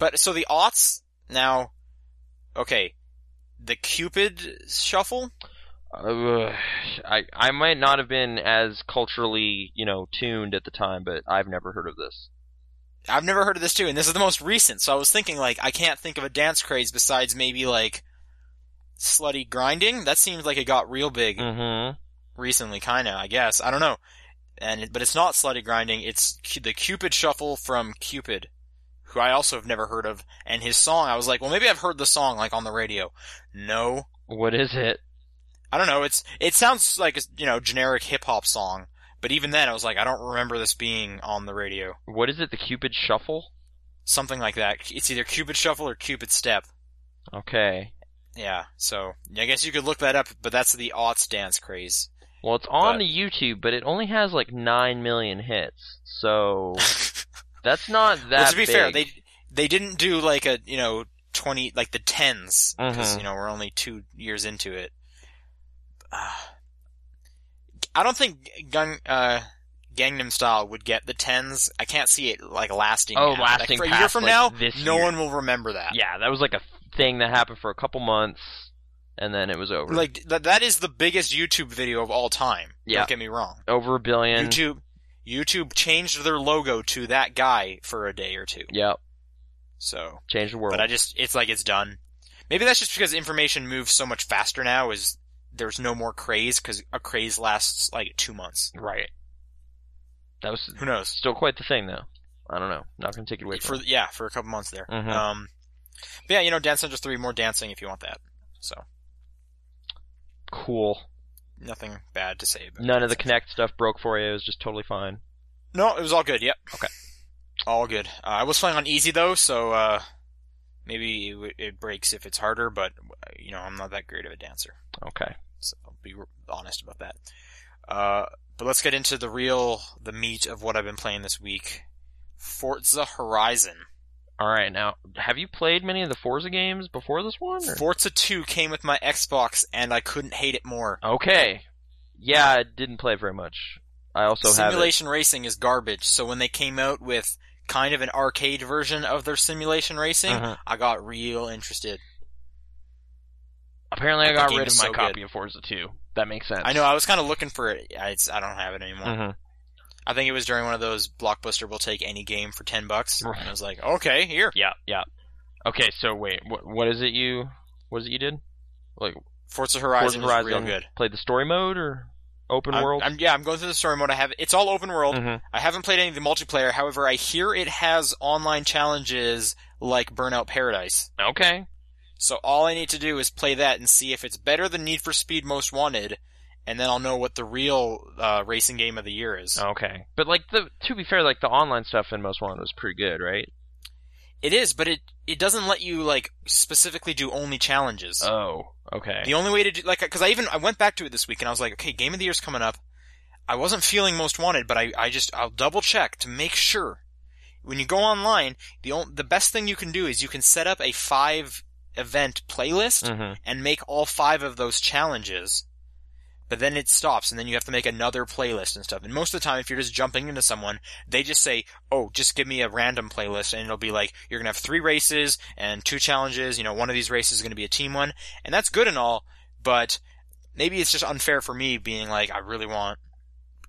but so the aughts now okay the cupid shuffle
Uh, I, I might not have been as culturally, you know, tuned at the time, but I've never heard of this.
i've never heard of this too and this is the most recent so i was thinking like i can't think of a dance craze besides maybe like slutty grinding that seems like it got real big
Mm
Mm-hmm. recently kinda i guess i don't know and it- but it's not slutty grinding it's Cu- the cupid shuffle from cupid who i also have never heard of and his song i was like well maybe i've heard the song like on the radio no
hmm. What is it?
i don't know it's it sounds like a you know generic hip hop song but even then i was like i don't remember this being on the radio
What is it? The Cupid Shuffle?
something like that it's either cupid shuffle or cupid step
Okay.
yeah so i guess you could look that up but that's the aughts dance craze
Well, it's on
But-
the YouTube, but it only has like 9 million hits. So. That's not that
well, to be fair,
big.
they they didn't do like a you know twenty like the tens because
Mhm.
you know we're only two years into it. Uh, I don't think Gung, uh, Gangnam Style would get the tens. I can't see it like lasting.
Oh,
now. Like,
lasting
for a year
past,
from
like,
now,
this
no
year.
one will remember that.
Yeah, that was like a thing that happened for a couple months, and then it was over.
Like th- that is the biggest YouTube video of all time.
Yeah.
Don't get me wrong.
over a billion.
YouTube YouTube changed their logo to that guy for a day or two.
Yep,
So
changed the world.
But I just, it's like it's done. Maybe that's just because information moves so much faster now. Is there's no more craze because a craze lasts like two months.
right. That was
Who knows?
still quite the thing, though. I don't know. Not gonna take it away
For
from. it.
yeah, for a couple months there.
Mhm.
Um, but yeah, you know, Dance Central Three, more dancing if you want that. So
Cool.
nothing bad to say. About
None of the
Dance
Connect stuff broke for you. It was just totally fine.
Central. No, it was all good. Yep.
Okay.
All good. Uh, I was playing on easy though, so uh, maybe it, w- it breaks if it's harder. But uh, you know, I'm not that great of a dancer.
Okay.
So I'll be r- honest about that. Uh, but let's get into the real, the meat of what I've been playing this week. Forza Horizon.
All right. Now, have you played many of the Forza games before this one? or-
Forza 2 came with my Xbox, and I couldn't hate it more.
okay. Yeah, I didn't play very much. I also have. It.
simulation racing is garbage, so when they came out with kind of an arcade version of their simulation racing,
Uh-huh.
I got real interested.
Apparently, I
The
got
game
rid of
is
my
so good.
copy of Forza 2. That makes sense.
I know I was kind of looking for it. I, it's- I don't have it anymore.
Mhm.
I think it was during one of those blockbuster. We'll take any game for ten bucks.
Right.
And I was like, okay, here.
Yeah, yeah. Okay, so wait, what what is it you what is it you did? Like
Forza
Forza Horizon
Horizon, is real good.
played the story mode or open
I'm-
world?
I'm, yeah, I'm going through the story mode. I have it's all open world.
Mhm.
I haven't played any of the multiplayer. However, I hear it has online challenges like Burnout Paradise.
Okay.
So all I need to do is play that and see if it's better than Need for Speed Most Wanted, and then I'll know what the real uh, racing game of the year is.
Okay. But like the to be fair, like the online stuff in Most Wanted was pretty good, right?
It is, but it it doesn't let you like specifically do only challenges.
Oh, okay.
The only way to do like because I even I went back to it this week and I was like, okay, game of the year's coming up. I wasn't feeling most wanted, but I, I just I'll double check to make sure. When you go online, the on, the best thing you can do is you can set up a five event playlist
Mhm.
and make all five of those challenges. But then it stops, and then you have to make another playlist and stuff. And most of the time, if you're just jumping into someone, they just say, "Oh, just give me a random playlist," and it'll be like you're gonna have three races and two challenges. You know, one of these races is gonna be a team one, and that's good and all. But maybe it's just unfair for me being like, I really want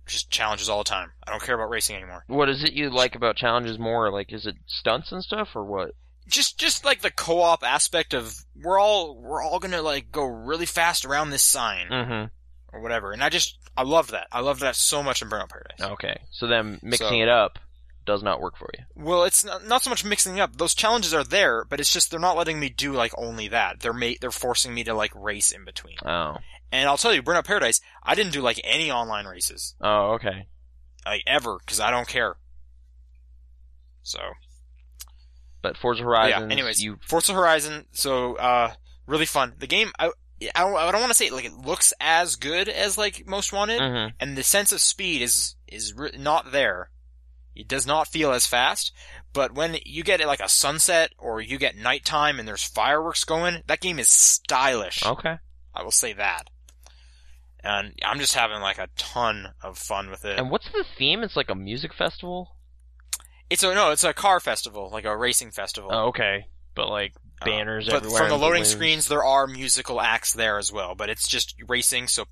just challenges all the time. I don't care about racing anymore.
What is it you like about challenges more? Like, is it stunts and stuff, or what?
Just just like the co-op aspect of we're all we're all gonna like go really fast around this sign
Mm-hmm.
or whatever. And I just I loved that. I loved that so much in Burnout Paradise.
Okay, so then mixing
So-
it up does not work for you.
Well, it's not, not so much mixing up. Those challenges are there, but it's just they're not letting me do like only that. They're ma- they're forcing me to like race in between.
Oh,
And I'll tell you, Burnout Paradise, I didn't do like any online races
oh, okay.
like ever because I don't care. So
But Forza
but
Horizons,
yeah. Anyways,
you
Forza Horizon. So uh, really fun. The game. I I, I don't want to say like it looks as good as like Most Wanted,
mhm.
and the sense of speed is is re- not there. It does not feel as fast, but when you get like a sunset or you get nighttime and there's fireworks going, that game is stylish.
okay.
I will say that. And I'm just having like a ton of fun with it.
And what's the theme? It's like a music festival.
It's a no, it's a car festival, like a racing festival.
Oh, okay. But like
Uh,
banners
but
everywhere.
from the
and
loading
balloons.
screens, there are musical acts there as well. But it's just racing, so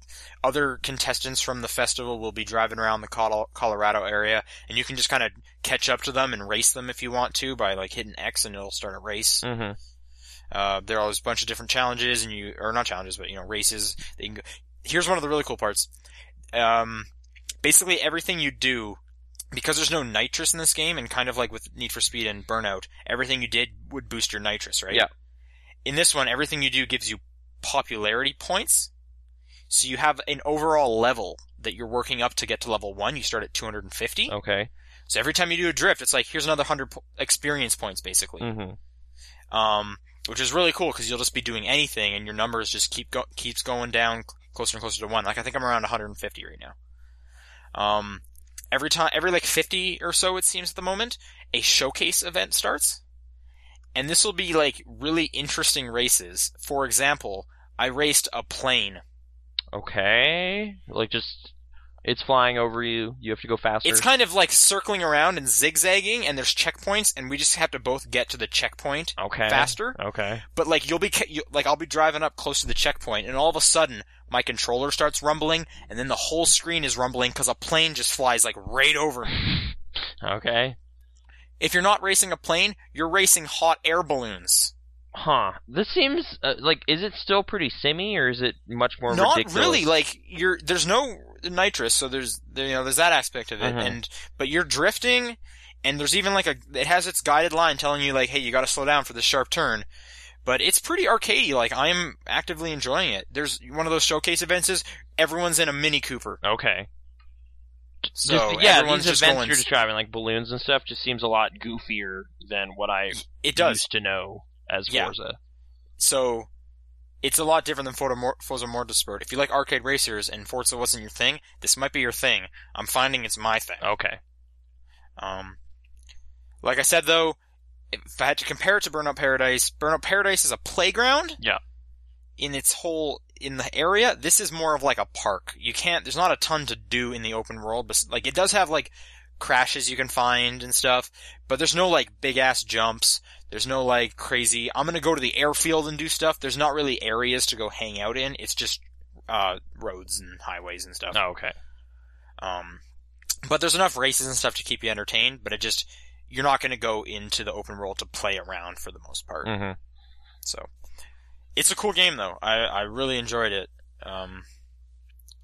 other contestants from the festival will be driving around the Col- Colorado area, and you can just kind of catch up to them and race them if you want to by like hitting X and it'll start a race.
Mm-hmm.
Uh, there are always a bunch of different challenges, and you or not challenges, but you know races. That you can go. Here's one of the really cool parts. Um, basically everything you do, because there's no nitrous in this game, and kind of like with Need for Speed and Burnout, everything you did would boost your nitrous, right?
Yeah.
In this one, everything you do gives you popularity points, so you have an overall level that you're working up to get to level one. You start at 250,
Okay.
so every time you do a drift, it's like here's another hundred po- experience points, basically
Mm-hmm.
um, which is really cool because you'll just be doing anything and your numbers just keep go- keeps going down cl- closer and closer to one. Like I think I'm around 150 right now. Um, every time, every like 50 or so, it seems at the moment, a showcase event starts, and this will be like really interesting races. For example, I raced a plane.
Okay. Like just, it's flying over you. You have to go faster.
It's kind of like circling around and zigzagging, and there's checkpoints, and we just have to both get to the checkpoint
okay.
faster.
Okay.
but like you'll be ca- you, like I'll be driving up close to the checkpoint, and all of a sudden my controller starts rumbling, and then the whole screen is rumbling because a plane just flies like right over me.
Okay.
If you're not racing a plane, you're racing hot air balloons.
Huh. This seems uh, like is it still pretty simmy or is it much more
not
ridiculous?
really like you're there's no nitrous, so there's there, you know there's that aspect of it,
Mhm.
and but you're drifting, and there's even like a it has its guided line telling you like hey you got to slow down for this sharp turn. But it's pretty arcadey. Like I'm actively enjoying it. There's one of those showcase events is everyone's in a Mini Cooper.
Okay.
So
just, yeah,
everyone's
these
just
events
going.
you're describing, like balloons and stuff, just seems a lot goofier than what I
it does.
used to know as
Yeah.
Forza.
So it's a lot different than Forza Mor- Forza Motorsport. If you like arcade racers and Forza wasn't your thing, this might be your thing. I'm finding it's my thing.
Okay.
Um, like I said though, if I had to compare it to Burnout Paradise, Burnout Paradise is a playground.
Yeah.
In its whole in the area, this is more of like a park. You can't. There's not a ton to do in the open world, but like it does have like crashes you can find and stuff. But there's no like big ass jumps. There's no like crazy. I'm gonna go to the airfield and do stuff. There's not really areas to go hang out in. It's just uh, roads and highways and stuff.
Oh, okay.
Um, but there's enough races and stuff to keep you entertained, but it just, you're not going to go into the open world to play around for the most part.
hmm
So, it's a cool game though. I, I really enjoyed it. Um,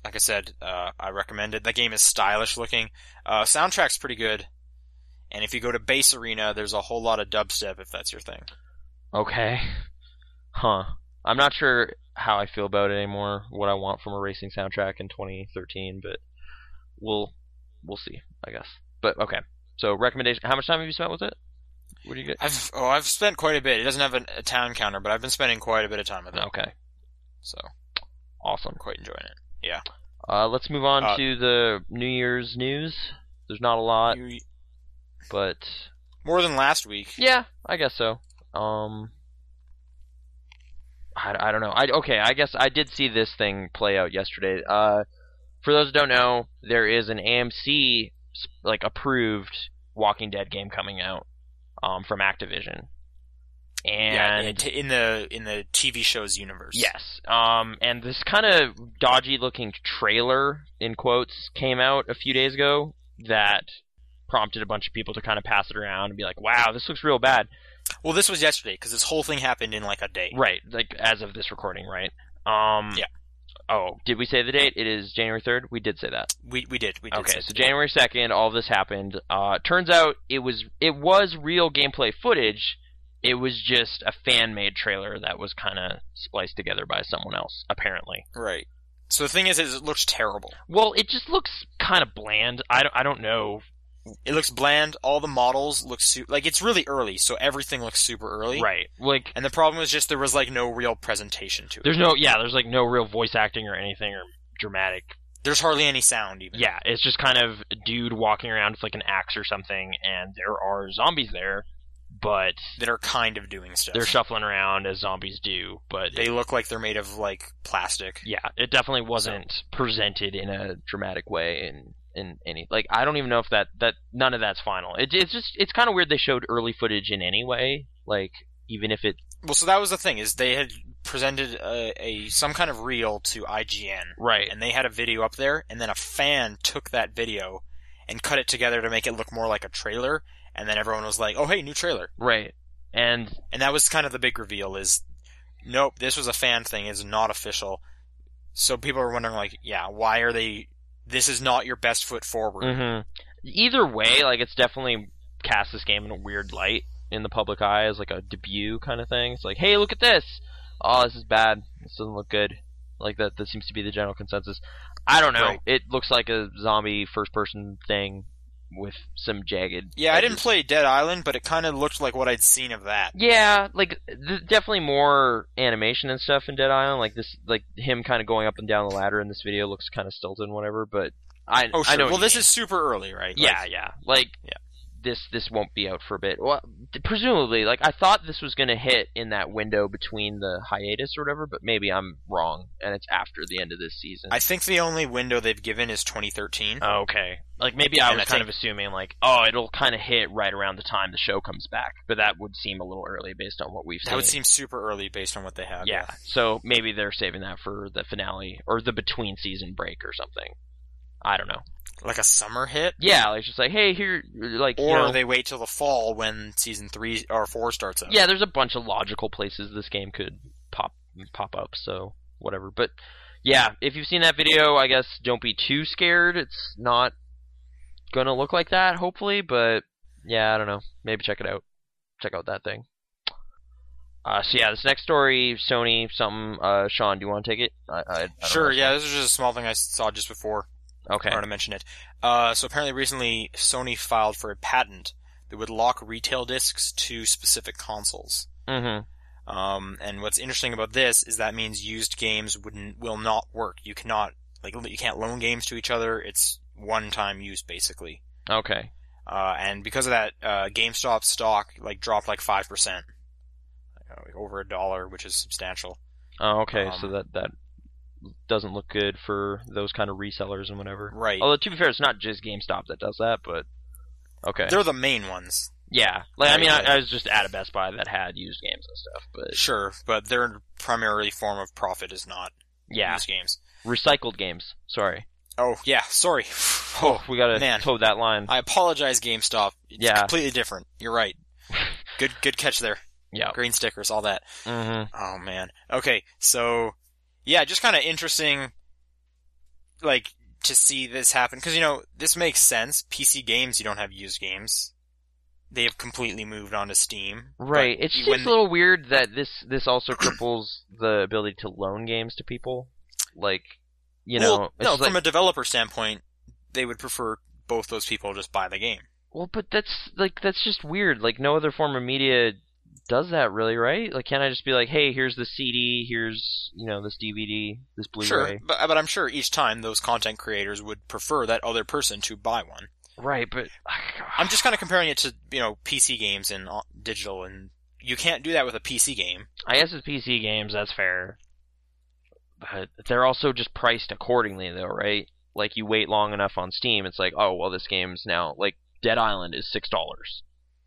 like I said, uh, I recommend it. That game is stylish looking. Uh, soundtrack's pretty good. And if you go to Bass Arena, there's a whole lot of dubstep if that's your thing.
Okay. Huh. I'm not sure how I feel about it anymore. What I want from a racing soundtrack in 2013, but we'll we'll see. I guess. But okay. So recommendation. How much time have you spent with it? What do you get?
I've, oh, I've spent quite a bit. It doesn't have a, a town counter, but I've been spending quite a bit of time with it.
Okay.
So,
Awesome.
I'm quite enjoying it.
Uh, let's move on
Uh,
to the New Year's news. There's not a lot,
You-
but
more than last week.
yeah, I guess so. Um, I, I don't know. I okay. I guess I did see this thing play out yesterday. Uh, for those who don't know, there is an AMC like approved Walking Dead game coming out um, from Activision. and
yeah, in, in the in the TV show's universe.
Yes. Um, and this kind of dodgy looking trailer, in quotes, came out a few days ago that prompted a bunch of people to kind of pass it around and be like, wow, this looks real bad.
Well, this was yesterday because this whole thing happened in like a day.
Right. Like, as of this recording, right? Um,
Yeah.
Oh, did we say the date? It is January 3rd? We did say that.
We we did. We did
okay,
say
so
that.
January 2nd, all this happened. Uh, turns out it was it was real gameplay footage. It was just a fan-made trailer that was kind of spliced together by someone else, apparently.
Right. So the thing is, is it looks terrible.
Well, it just looks kind of bland. I don't, I don't know.
It looks bland. All the models look su- like it's really early, so everything looks super early.
Right. Like,
And the problem was just there was like no real presentation to it.
there's no, yeah, there's like no real voice acting or anything or dramatic.
There's hardly any sound even.
Yeah, it's just kind of a dude walking around with like an axe or something, and there are zombies there, but
That are kind of doing stuff.
they're shuffling around as zombies do. But
they look like they're made of like plastic.
yeah, it definitely wasn't presented in a dramatic way in in any like I don't even know if that that none of that's final. It, it's just it's kind of weird they showed early footage in any way, like even if it
Well, so that was the thing is they had presented a, a some kind of reel to IGN,
right
and they had a video up there, and then a fan took that video and cut it together to make it look more like a trailer, and then everyone was like, "Oh, hey, new trailer."
right and
And that was kind of the big reveal is nope, this was a fan thing, it's not official. So people are wondering like, yeah, why are they this is not your best foot forward.
hmm Either way, like it's definitely cast this game in a weird light in the public eye as like a debut kind of thing. It's like, hey, look at this. Oh, this is bad. This doesn't look good. Like that. That seems to be the general consensus. I don't know.
Right.
It looks like a zombie first-person thing with some jagged.
Yeah, I didn't
edges.
play Dead Island, but it kind of looked like what I'd seen of that.
Yeah, like th- definitely more animation and stuff in Dead Island. Like this, like him kind of going up and down the ladder in this video looks kind of stilted and whatever. But I,
Oh, sure.
I know. what
well,
you
this
mean.
is super early, right?
Yeah,
Like,
yeah. Like
Yeah.
this this won't be out for a bit. Well, th- presumably, like I thought this was going to hit in that window between the hiatus or whatever, but maybe I'm wrong and it's after the end of this season.
I think the only window they've given is 2013.
Oh, okay. Like maybe I
And
was
I
kind of assuming like, oh, it'll kind of hit right around the time the show comes back, but that would seem a little early based on what we've seen.
that would seem super early based on what they have.
yeah. So maybe they're saving that for the finale or the between season break or something. I don't know.
Like a summer hit?
Yeah, like just like, hey, here like you
Or
know-
they wait till the fall when season 3 or 4 starts up.
yeah, there's a bunch of logical places this game could pop pop up. So whatever. But yeah, if you've seen that video, I guess don't be too scared. It's not gonna look like that, hopefully. But yeah, I don't know. Maybe check it out. Check out that thing. Uh, so yeah, this next story, Sony something. Uh, Sean, do you want to take it? I, I, I don't know.
Sure, yeah, this is just a small thing I saw just before.
Okay.
I want to mention it. Uh, so apparently, recently Sony filed for a patent that would lock retail discs to specific consoles.
Mm-hmm.
Um, and what's interesting about this is that means used games wouldn't will not work. You cannot like you can't loan games to each other. It's one time use basically.
Okay.
Uh, and because of that, uh, GameStop stock like dropped like five percent, over a dollar, which is substantial.
Oh, okay. so
Um,
that that doesn't look good for those kind of resellers and whatever.
Right.
Although to be fair, it's not just GameStop that does that, but okay,
They're the main ones,
yeah. Like I mean,
Right.
I, I was just at a Best Buy that had used games and stuff, but
sure, but their primary form of profit is not
yeah,
used games.
recycled games. Sorry,
Oh yeah, sorry.
oh, we gotta
man.
toe that line.
I apologize, GameStop. It's
Yeah.
completely different. You're right. good, good catch there.
yeah.
Green stickers, all that.
hmm
Oh man. Okay, so yeah, just kind of interesting, like to see this happen because you know this makes sense. PC games, you don't have used games. They have completely moved on to Steam. but
Right. It
you-
seems
when-
a little weird that this this also cripples the ability to loan games to people. Like, you know,
well,
it's
no,
just like,
from a developer standpoint, they would prefer both those people just buy the game.
Well, but that's like that's just weird. Like no other form of media does that really, right? Like can't I just be like, "Hey, here's the CD, here's, you know, this DVD, this Blu-ray."
Sure, but, but I'm sure each time those content creators would prefer that other person to buy one.
Right, but
I'm just kind of comparing it to you know PC games and uh, digital, and you can't do that with a PC game.
I guess with PC games that's fair. But they're also just priced accordingly though, right? Like you wait long enough on Steam, it's like, "Oh, well this game's now like Dead Island is $6."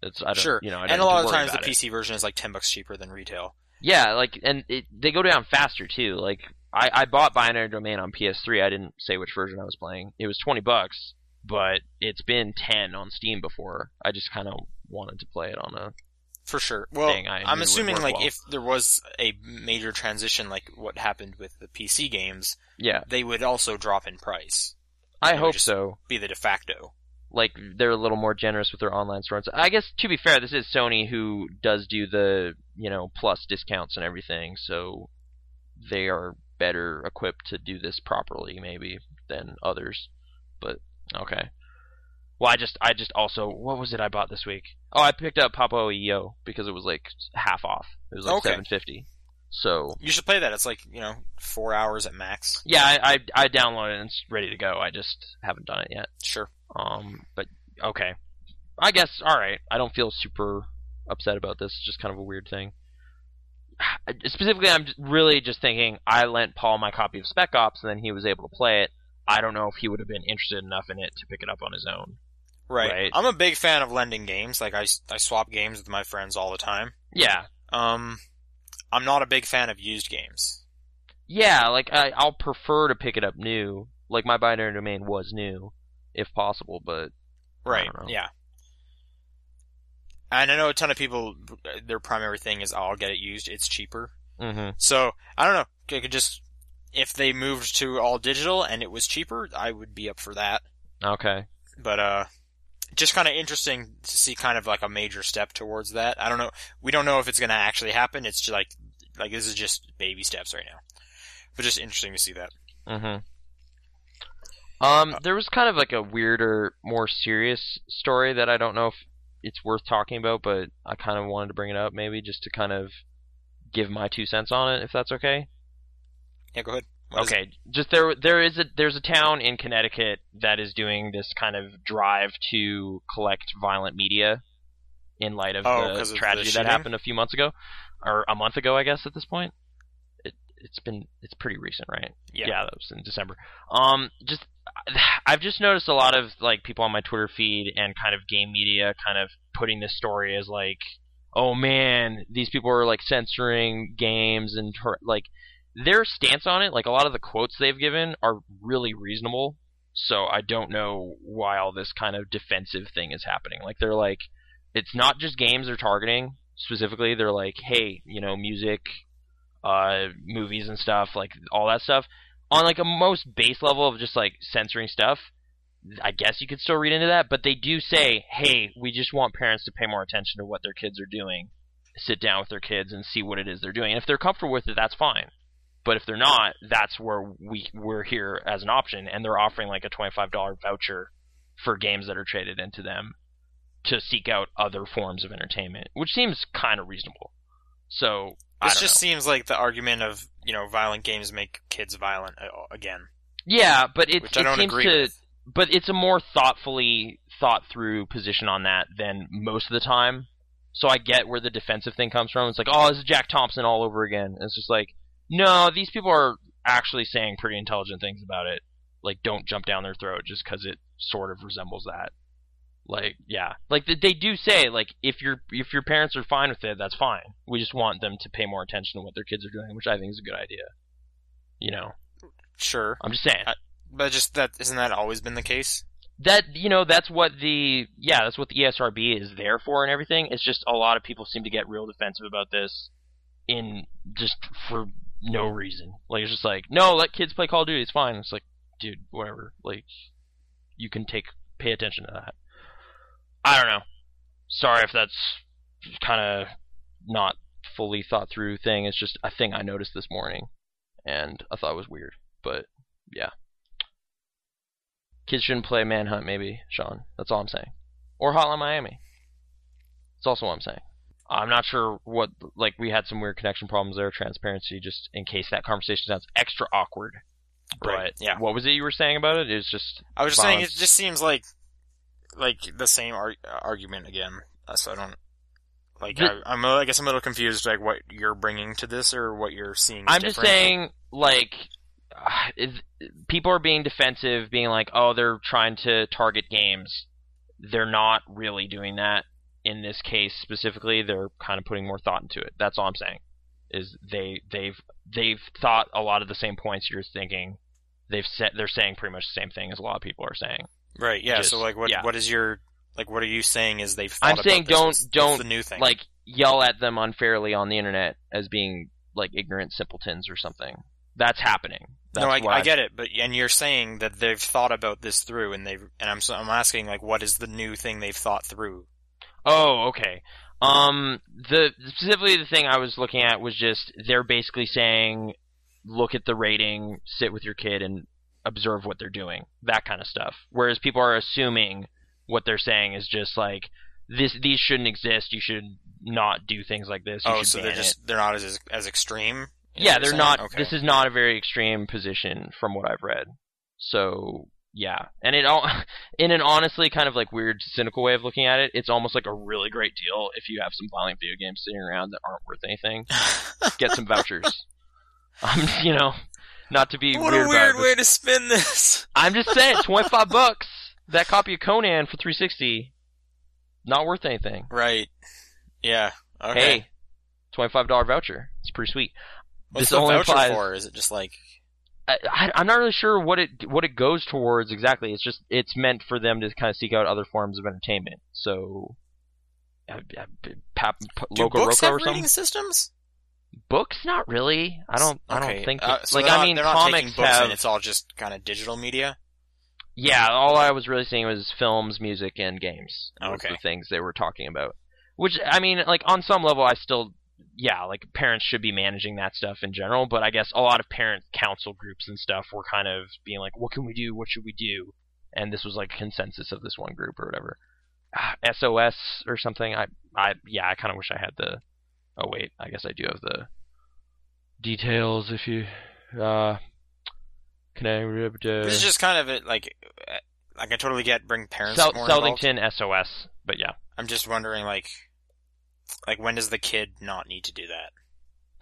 It's I don't
Sure.
you know I don't
and a
need to
lot of
worry
times the
about it.
PC version is like ten bucks cheaper than retail.
Yeah, like and it, they go down faster too. Like I, I bought Binary Domain on PS3. I didn't say which version I was playing. It was twenty bucks, but it's been ten on Steam before. I just kind of wanted to play it on a
For sure. Well,
Thing I
I'm
knew would
assuming
work
like
well.
if there was a major transition like what happened with the PC games,
yeah.
they would also drop in price,
I
Yeah, we
hope
just-
so.
be the de facto.
Like they're a little more generous with their online store. and so- I guess to be fair, this is Sony who does do the you know plus discounts and everything, so they are better equipped to do this properly maybe than others. But okay. Well, I just I just also what was it I bought this week? Oh, I picked up Papa OEO because it was like half off. It was like
Okay.
750. So
You should play that. It's like you know four hours at max.
yeah, I, I I downloaded it and it's ready to go. I just haven't done it yet.
Sure.
Um, but okay, I guess all right. I don't feel super upset about this. It's just kind of a weird thing. Specifically, I'm j- really just thinking I lent Paul my copy of Spec Ops, and then he was able to play it. I don't know if he would have been interested enough in it to pick it up on his own.
Right.
Right.
I'm a big fan of lending games. Like I, s- I swap games with my friends all the time.
Yeah,
Um, I'm not a big fan of used games.
yeah. Like I, I'll prefer to pick it up new. Like my binary domain was new, if possible. But
Right.
don't know.
Yeah. And I know a ton of people. Their primary thing is, "I'll get it used. It's cheaper."
hmm
So I don't know. They could just if they moved to all digital and it was cheaper, I would be up for that.
okay,
But uh, just kind of interesting to see kind of like a major step towards that. I don't know. We don't know if it's going to actually happen. It's just like like this is just baby steps right now. But just interesting to see that.
Mm-hmm. Um,
Uh,
there was kind of like a weirder, more serious story that I don't know if it's worth talking about, but I kind of wanted to bring it up maybe just to kind of give my two cents on it, if that's okay.
Yeah, go ahead. What is it?
Okay, just there. There is a there's a town in Connecticut that is doing this kind of drive to collect violent media, in light of
Oh,
the
'cause of the
tragedy that
shooting?
happened a few months ago, or a month ago, I guess at this point. It it's been it's pretty recent, right?
Yeah.
yeah, that was in December. Um, just I've just noticed a lot of like people on my Twitter feed and kind of game media kind of putting this story as like, oh man, these people are like censoring games and tor- like their stance on it. Like a lot of the quotes they've given are really reasonable. So I don't know why all this kind of defensive thing is happening. Like they're like, it's not just games they're targeting specifically. They're like, hey, you know, music, uh, movies and stuff, like all that stuff. On like a most base level of just like censoring stuff, I guess you could still read into that. But they do say, hey, we just want parents to pay more attention to what their kids are doing. Sit down with their kids and see what it is they're doing. And if they're comfortable with it, that's fine. But if they're not, that's where we we're here as an option, and they're offering like a twenty five dollar voucher for games that are traded into them to seek out other forms of entertainment, which seems kind of reasonable. So I
This
don't know.
just seems like the argument of you know violent games make kids violent uh, again,
Yeah, but it,
which I
it
don't
seems
agree
to.
with.
But it's a more thoughtfully thought through position on that than most of the time. So I get where the defensive thing comes from. It's like, oh, this is Jack Thompson all over again. And it's just like, no, these people are actually saying pretty intelligent things about it. Like, don't jump down their throat just because it sort of resembles that. Like, yeah, like th- they do say, like if your if your parents are fine with it, that's fine. We just want them to pay more attention to what their kids are doing, which I think is a good idea. You know,
Sure,
I'm just saying.
but just that isn't that always been the case?
that you know that's what the yeah that's what the E ESRB is there for and everything. It's just a lot of people seem to get real defensive about this in just for no reason. Like it's just like no, let kids play Call of Duty. It's fine. It's like dude, whatever. Like you can take pay attention to that. I don't know. Sorry if that's kind of not fully thought through thing. It's just a thing I noticed this morning and I thought it was weird, but Kids shouldn't play Manhunt, maybe, Sean. That's all I'm saying. Or Hotline Miami. That's also what I'm saying. I'm not sure what, like, we had some weird connection problems there, transparency, just in case that conversation sounds extra awkward.
Right,
But
yeah.
what was it you were saying about it? It was just,
I was just saying it
Violence.
just seems like like the same ar- argument again. Uh, So I don't like I,
Ju-
I'm a- I guess I'm a little confused like what you're bringing to this or what you're seeing. is
I'm just
different.
saying, like, uh, is- people are being defensive, being like, oh, they're trying to target games. They're not really doing that. in this case specifically, they're kind of putting more thought into it. That's all I'm saying. Is they they've they've thought a lot of the same points you're thinking. They've said they're saying pretty much the same thing as a lot of people are saying.
Right. Yeah.
Just-
so like, what
yeah.
what is your like? What are you saying? Is they've thought
I'm
about
saying
this?
don't-
What's- what's
don't,
the new thing.
Like yell at them unfairly on the internet as being like ignorant simpletons or something. That's happening. That's
no, I,
what
I
I'm-
get it, but and you're saying that they've thought about this through, and they've and I'm so, I'm asking like, what is the new thing they've thought through?
Oh, okay. Um, the specifically the thing I was looking at was just they're basically saying, look at the rating, sit with your kid, and observe what they're doing, that kind of stuff. Whereas people are assuming what they're saying is just like this; these shouldn't exist. You should not do things like this. You
oh,
should
so
ban
they're
it.
just they're not as as extreme. is what
yeah,
you're
they're
saying?
not.
Okay.
This is not a very extreme position from what I've read. So yeah, and it all in an honestly kind of like weird cynical way of looking at it, it's almost like a really great deal if you have some violent video games sitting around that aren't worth anything. Get some vouchers. um, you know, not to be
what
weird. about
a weird
it, but-
way to spin this.
I'm just saying, twenty five bucks that copy of Conan for three sixty, not worth anything
Right. Yeah. Okay.
hey, twenty five dollar voucher. It's pretty sweet. this
What's the
only
voucher
applies-
for? Is it just like
I, I- I'm not really sure what it what it goes towards exactly. It's just it's meant for them to kind of seek out other forms of entertainment. So, uh, uh, pap, p-
do
local
books
roco
have
or something.
rating systems?
Books, not really. I don't. I
Okay,
don't think.
uh,
that-
so
like
they're
I
not-
mean,
they're not
comics
taking books in,
have.
it's all just kind of digital media.
yeah, all I was really seeing was films, music, and games. was
Okay.
the things they were talking about. Which I mean, like on some level, I still. Yeah, like parents should be managing that stuff in general, but I guess a lot of parent council groups and stuff were kind of being like, "What can we do? What should we do?" and this was like consensus of this one group or whatever. Ah, SOS or something. I I yeah, I kind of wish I had the Oh wait, I guess I do have the details if you uh can I
This is
uh,
just kind of it, like, uh, like I totally get bring parents
Sel-
more involved.
Seltington SOS, but yeah.
I'm just wondering, like, like when does the kid not need to do that?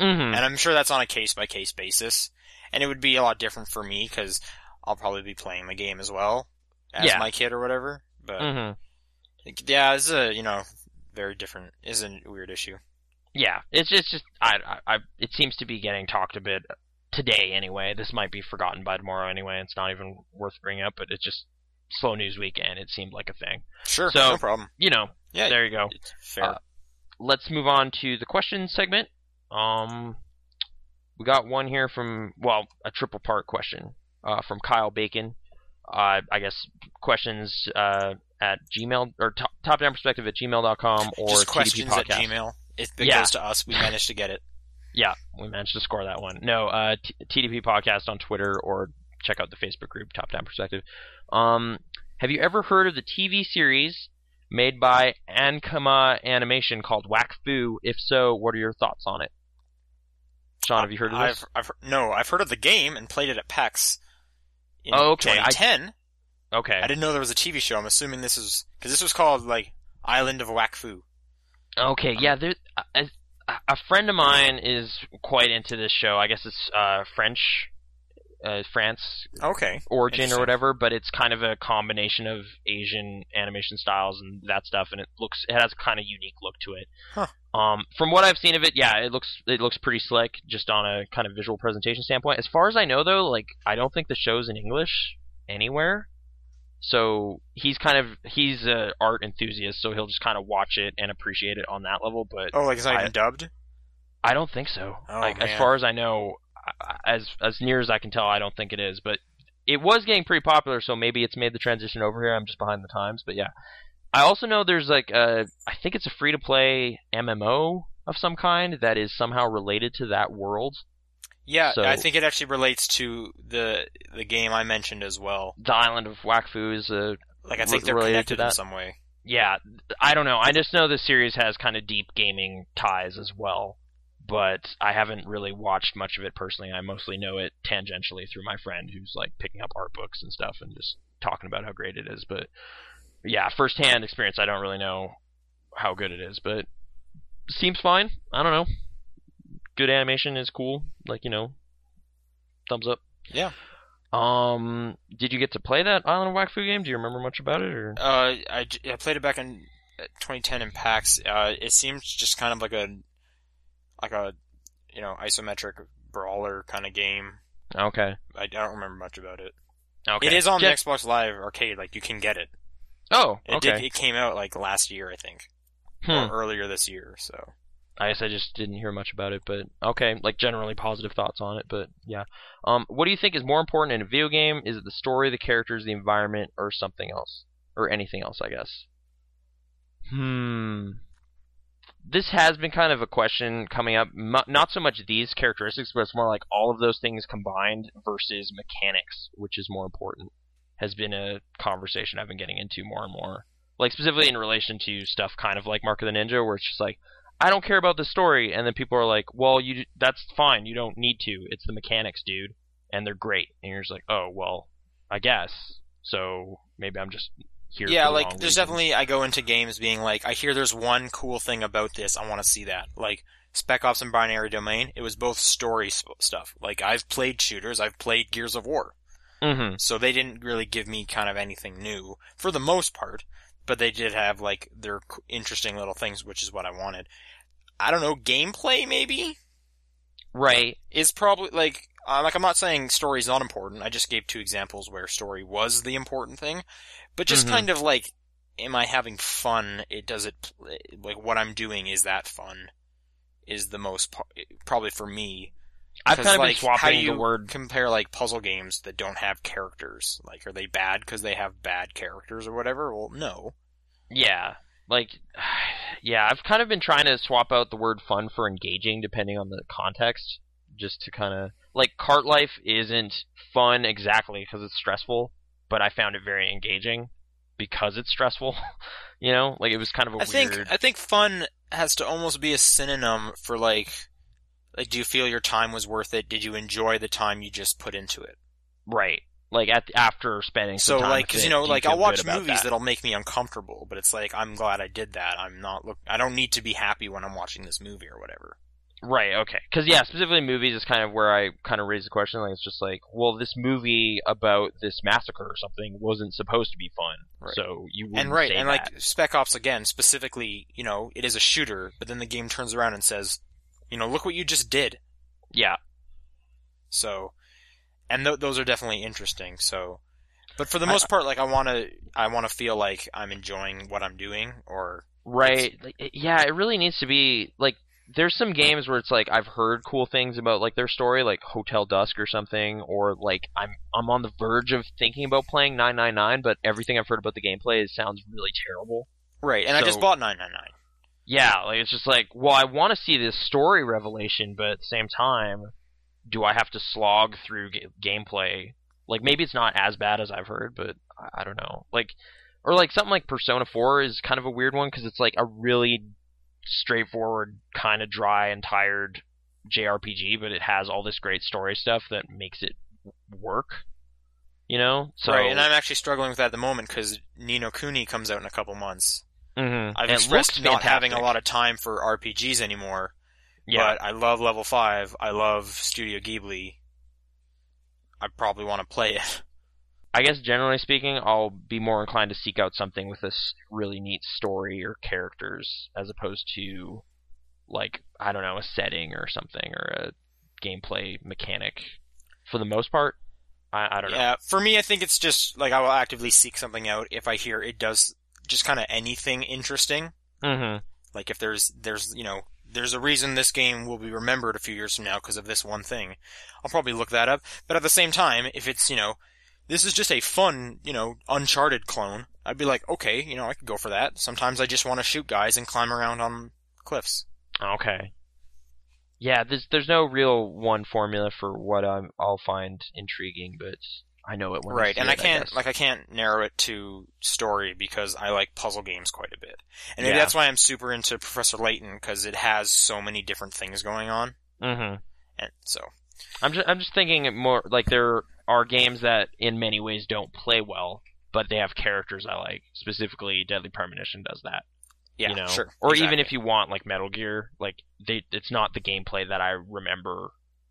Mhm.
And I'm sure that's on a case by case basis, and it would be a lot different for me because I'll probably be playing the game as well as
Yeah.
my kid or whatever. But
Mhm.
like, yeah, it's a you know very different, is a weird issue.
yeah, it's just, just I, I, I, it seems to be getting talked a bit today anyway. This might be forgotten by tomorrow anyway. It's not even worth bringing up, but it's just slow news weekend. It seemed like a thing.
Sure,
So-
no problem.
You know,
Yeah,
there you go.
it's fair.
Uh, let's move on to the question segment. Um, we got one here from well, a triple part question uh, from Kyle Bacon. Uh, I guess questions uh, at Gmail or top, topdown perspective at gmail.com or
just
TDP
questions
podcast.
at Gmail. If it
Yeah.
goes to us, we managed to get it.
Yeah, we managed to score that one. No, uh, T- TDP podcast on Twitter or check out the Facebook group Top Down Perspective. Um, have you ever heard of the TV series made by Ankama Animation called Whack Fu? If so, what are your thoughts on it? Sean, have you heard of this?
I've, I've no, I've heard of the game and played it at PAX. In
Oh, okay, I-
2010.
okay.
I didn't know there was a TV show. I'm assuming this is because this was called like Island of Wakfu.
Okay,
Um,
yeah, there. A, a- a friend of mine is quite into this show. I guess it's uh, French, uh, France
Okay,
origin or
Interesting.
whatever, but it's kind of a combination of Asian animation styles and that stuff, and it looks it has a kind of unique look to it.
Huh.
Um, from what I've seen of it, yeah, it looks it looks pretty slick, just on a kind of visual presentation standpoint. As far as I know, though, like I don't think the show's in English anywhere. So he's kind of he's a art enthusiast, so he'll just kind of watch it and appreciate it on that level. But
Oh, like it's not
I-
even dubbed.
I don't think so.
Oh,
like,
man.
as far as I know, I- I- as as near as I can tell, I don't think it is. But it was getting pretty popular, so maybe it's made the transition over here. I'm just behind the times, but yeah. I also know there's like a, I think it's a free to play MMO of some kind that is somehow related to that world.
Yeah,
So-
I think it actually relates to the the game I mentioned as well.
The island of Wakfu is a
Like I think
Re-
they're
related to
connected in
that?
some way.
yeah, I don't know. I just know the series has kind of deep gaming ties as well, but I haven't really watched much of it personally. I mostly know it tangentially through my friend who's like picking up art books and stuff and just talking about how great it is. But yeah, firsthand experience, I don't really know how good it is, but seems fine. I don't know. Good animation is cool. Like you know, thumbs up.
Yeah.
Um, did you get to play that Island of Wakfu game? Do you remember much about it or?
Uh, I, j- I played it back in uh, 2010 in PAX, uh, it seems just kind of like a like a you know isometric brawler kind of game.
Okay.
I, I don't remember much about it.
Okay.
It is on
Yeah.
the Xbox Live Arcade. Like you can get it.
Oh,
It
okay.
did. It came out like last year, I think,
Hmm.
or earlier this year. So
I guess I just didn't hear much about it, but okay, like generally positive thoughts on it, but yeah. Um, what do you think is more important in a video game? Is it the story, the characters, the environment, or something else, or anything else? I guess. Hmm. This has been kind of a question coming up. Mu not so much these characteristics, but it's more like all of those things combined versus mechanics, which is more important, has been a conversation I've been getting into more and more. Like specifically in relation to stuff kind of like Mark of the Ninja, where it's just like. I don't care about the story. And then people are like, well, you that's fine. You don't need to. It's the mechanics, dude. And they're great. And you're just like, oh, well, I guess. So maybe I'm just here.
yeah,
for the
like
wrong
there's
reasons.
definitely I go into games being like, I hear there's one cool thing about this. I want to see that. Like Spec Ops and Binary Domain, it was both story sp- stuff. Like I've played shooters, I've played Gears of War,
Mhm.
so they didn't really give me kind of anything new for the most part. But they did have like their c- interesting little things, which is what I wanted. I don't know, gameplay maybe.
Right.
is probably like uh, like I'm not saying story's not important. I just gave two examples where story was the important thing, but just
Mhm.
kind of like, am I having fun? It does it pl- like what I'm doing is that fun is the most po- probably for me.
I've
'Cause,
kind of
like,
been
how
swapping
you
the word.
compare like puzzle games that don't have characters. Like, are they bad because they have bad characters or whatever? Well, no.
Yeah. Like, yeah, I've kind of been trying to swap out the word fun for engaging depending on the context, just to kind of. Like, cart life isn't fun exactly because it's stressful, but I found it very engaging because it's stressful. you know? Like, it was kind of a
I
weird.
think I think fun has to almost be a synonym for like like do you feel your time was worth it? Did you enjoy the time you just put into it?
Right. Like at after spending
So
some time
like,
with
cause
it,
you know,
do
like
feel
I'll
good
watch
about
movies
that.
that. will make me uncomfortable, but it's like I'm glad I did that. I'm not look. I don't need to be happy when I'm watching this movie or whatever.
Right. Okay. Because yeah, specifically movies is kind of where I kind of raise the question. Like it's just like, well, this movie about this massacre or something wasn't supposed to be fun,
Right.
so you wouldn't
and right,
say
and
that.
like Spec Ops again, specifically, you know, it is a shooter, but then the game turns around and says, you know, look what you just did.
yeah.
So, and th- those are definitely interesting. So, but for the most part, like I want to, I want to feel like I'm enjoying what I'm doing, or
Right. Like, it- yeah, it really needs to be like there's some games where it's like I've heard cool things about like their story, like Hotel Dusk or something, or like I'm I'm on the verge of thinking about playing 999, but everything I've heard about the gameplay is, sounds really terrible.
right. And I just
So-
bought 999.
Yeah, like it's just like, well, I want to see this story revelation, but at the same time, do I have to slog through g- gameplay? Like maybe it's not as bad as I've heard, but I, I don't know. Like, or like something like Persona Four is kind of a weird one because it's like a really straightforward, kind of dry and tired JRPG, but it has all this great story stuff that makes it work. You know, so
Right, and I'm actually struggling with that at the moment because Nino Cooney comes out in a couple months.
Mhm.
I've
And it looks
expressed not having a
fantastic.
lot of time for RPGs anymore,
Yeah,
but I love Level 5. I love Studio Ghibli. I probably want to play it.
I guess generally speaking, I'll be more inclined to seek out something with this really neat story or characters as opposed to like I don't know, a setting or something or a gameplay mechanic for the most part. I, I don't know.
Yeah, for me, I think it's just like I will actively seek something out if I hear it does just kind of anything interesting.
Mhm.
Like if there's there's you know there's a reason this game will be remembered a few years from now because of this one thing. I'll probably look that up. But at the same time, if it's you know this is just a fun you know Uncharted clone, I'd be like okay you know I could go for that. Sometimes I just want to shoot guys and climb around on cliffs.
Okay. Yeah, there's there's no real one formula for what I'm, I'll find intriguing, but I know it when
right,
see
and
it,
I can't
guess.
like I can't narrow it to story because I like puzzle games quite a bit, and maybe
Yeah.
that's why I'm super into Professor Layton because it has so many different things going on,
Mhm.
and so
I'm just, I'm just thinking it more like there are games that in many ways don't play well, but they have characters I like. Specifically, Deadly Premonition does that.
yeah,
you know?
sure,
Or even
exactly.
if you want like Metal Gear, like they, it's not the gameplay that I remember.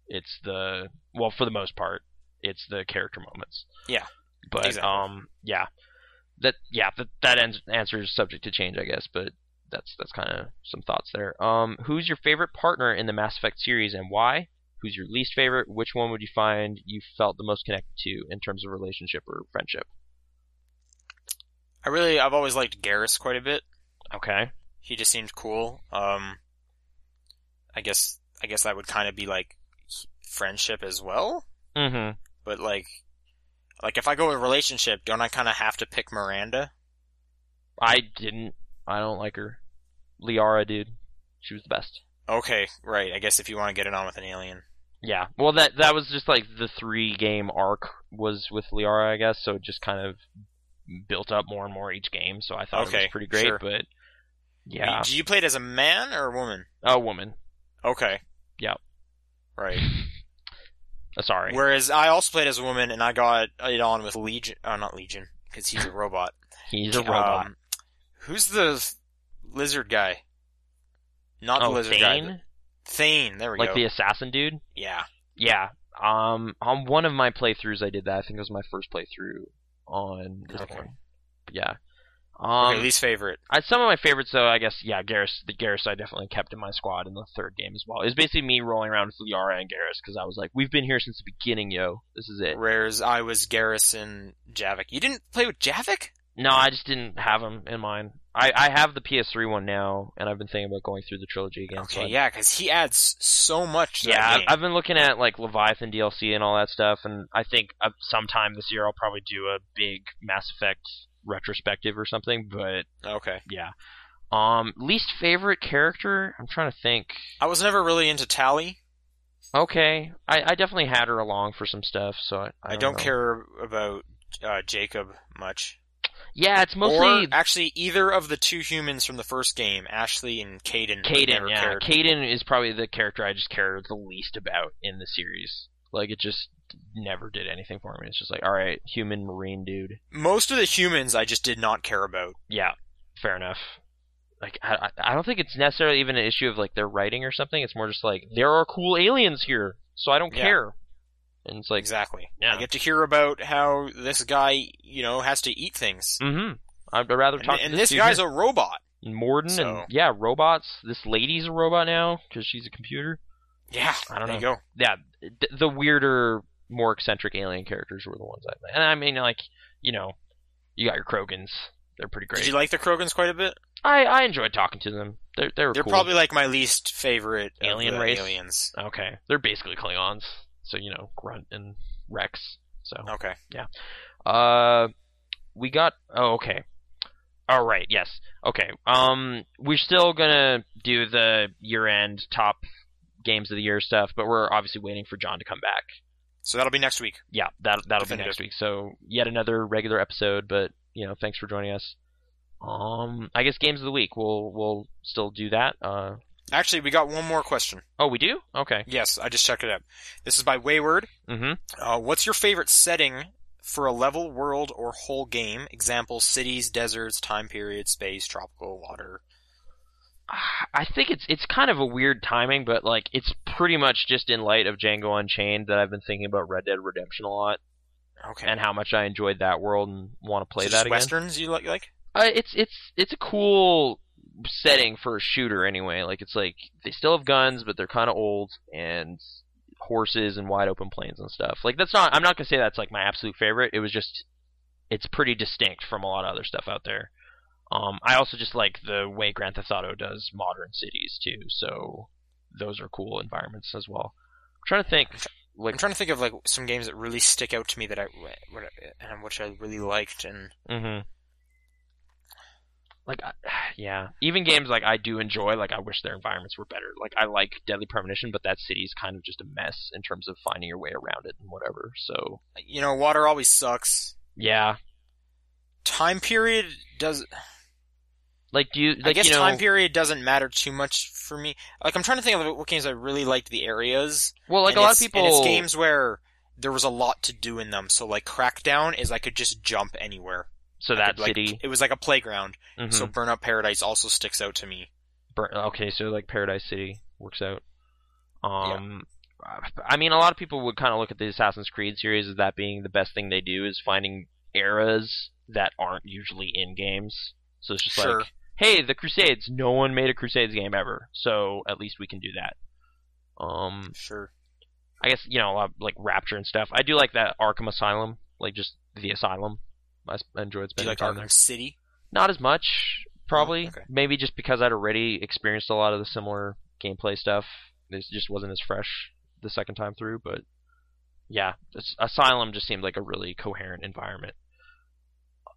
It's the well, for the most part, it's the character moments.
Yeah,
But
exactly.
um, yeah. that yeah that that ans- answer is subject to change, I guess, but that's that's kind of some thoughts there. Um, who's your favorite partner in the Mass Effect series and why? Who's your least favorite? Which one would you find you felt the most connected to in terms of relationship or friendship?
I really, I've always liked Garrus quite a bit.
Okay.
He just seemed cool. Um, I guess, I guess that would kind of be like friendship as well.
Mm-hmm.
But like, like if I go with relationship, don't I kind of have to pick Miranda?
I didn't. I don't like her. Liara, dude, she was the best.
Okay, right. I guess if you want to get it on with an alien.
Yeah. Well, that that was just like the three game arc was with Liara, I guess. So it just kind of built up more and more each game. So I thought it
Okay,
was pretty great.
sure.
But yeah,
Did you play it as a man or a woman?
a woman.
Okay.
Yep.
Right.
Uh, sorry.
Whereas I also played as a woman, and I got it on with Legion. Oh, not Legion, because he's a robot.
He's a robot.
Um, who's the f- lizard guy? Not
oh,
the lizard
Thane,
guy. but- Thane. There we
like
go.
the assassin dude.
yeah.
Yeah. Um, on one of my playthroughs, I did that. I think it was my first playthrough on this
Okay.
one. Yeah.
Okay,
Um,
least favorite.
I, some of my favorites, though, I guess, yeah, Garrus. The Garrus I definitely kept in my squad in the third game as well. It was basically me rolling around with Liara and Garrus because I was like, we've been here since the beginning, yo. This is it.
Whereas I was Garrison Javik. You didn't play with Javik?
No, I just didn't have him in mind. I, I have the PS3 one now, and I've been thinking about going through the trilogy again. so
Okay,
I-
yeah, because he adds so much. To
Yeah,
that
I've,
game.
I've been looking at like Leviathan DLC and all that stuff, and I think uh, sometime this year I'll probably do a big Mass Effect retrospective or something. But
okay.
yeah, um, least favorite character? I'm trying to think.
I was never really into Tally.
Okay, I, I definitely had her along for some stuff, so I, I
I don't
know.
care about uh, Jacob much.
Yeah, it's mostly
or actually either of the two humans from the first game, Ashley and Caden. I
Caden.
never
Yeah,
cared.
Caden is probably the character I just care the least about in the series. Like it just never did anything for me. It's just like, all right, human marine dude.
Most of the humans I just did not care about.
Yeah, fair enough. Like I, I I don't think it's necessarily even an issue of like their writing or something. It's more just like there are cool aliens here, so I don't
Yeah.
care. And it's like,
exactly.
yeah.
I get to hear about how this guy, you know, has to eat things.
mm-hmm. I'd rather
And,
talk.
and
to
this
dude
guy's
here.
a robot.
And Morden
so-
and yeah, robots. This lady's a robot now because she's a computer.
Yeah,
I don't
there You go.
Yeah, th- the weirder, more eccentric alien characters were the ones I. And I mean, like you know, you got your Krogans. They're pretty great.
Did you like the Krogans quite a bit?
I I enjoyed talking to them. They're they were
They're
cool.
probably like my least favorite of
Alien
the
race?
Aliens.
Okay. They're basically Klingons, so you know, Grunt and Rex. So
Okay.
uh we got oh okay. All right, yes. Okay. Um we're still going to do the year-end top games of the year stuff, but we're obviously waiting for John to come back.
So that'll be next week.
Yeah, that that'll be
Definitive.
next week. So yet another regular episode, but you know, thanks for joining us. Um I guess games of the week. We'll we'll still do that. Uh
Actually, we got one more question.
Oh, we do? Okay.
Yes, I just checked it up. This is by Wayward.
Mhm.
Uh, what's your favorite setting for a level, world, or whole game? Example: cities, deserts, time period, space, tropical, water.
Ah, I think it's it's kind of a weird timing, but like it's pretty much just in light of Django Unchained that I've been thinking about Red Dead Redemption a lot
Okay.
and how much I enjoyed that world and want to play
So just
that again.
Westerns you like? like?
Uh, it's it's it's a cool setting for a shooter anyway. Like it's like they still have guns, but they're kind of old and horses and wide open plains and stuff. Like that's not I'm not gonna say that's like my absolute favorite. It was just it's pretty distinct from a lot of other stuff out there. Um, I also just like the way Grand Theft Auto does modern cities too. So those are cool environments as well. I'm trying to think
I'm
like
trying to think of like some games that really stick out to me that I what, I- and which I really liked and
Mm-hmm. Like, I- yeah, even games like I do enjoy. Like, I wish their environments were better. Like, I like Deadly Premonition, but that city's kind of just a mess in terms of finding your way around it and whatever. So,
you know, water always sucks.
yeah,
Time period does
like do you? Like,
I guess
you know,
time period doesn't matter too much for me. Like I'm trying to think of what games I really liked the areas.
well, like
And
a lot of
it's-
people.
and it's games where there was a lot to do in them. So like Crackdown is I could just jump anywhere.
so
I
that
could, like,
city.
it was like a playground.
mhm.
So Burn Up Paradise also sticks out to me.
Bur- okay, so like Paradise City works out. Um, I mean, a lot of people would kind of look at the Assassin's Creed series as that being the best thing they do is finding eras that aren't usually in games. So it's just
sure.
like, hey, the Crusades. No one made a Crusades game ever, so at least we can do that. Um,
Sure.
I guess you know, a lot of, like Rapture and stuff. I do like that Arkham Asylum, like just the Asylum. I s- enjoyed
Do you
spending
like
time
Arkham
there.
City?
Not as much, probably.
okay.
Maybe just because I'd already experienced a lot of the similar gameplay stuff. This just wasn't as fresh the second time through, but yeah, this- Asylum just seemed like a really coherent environment.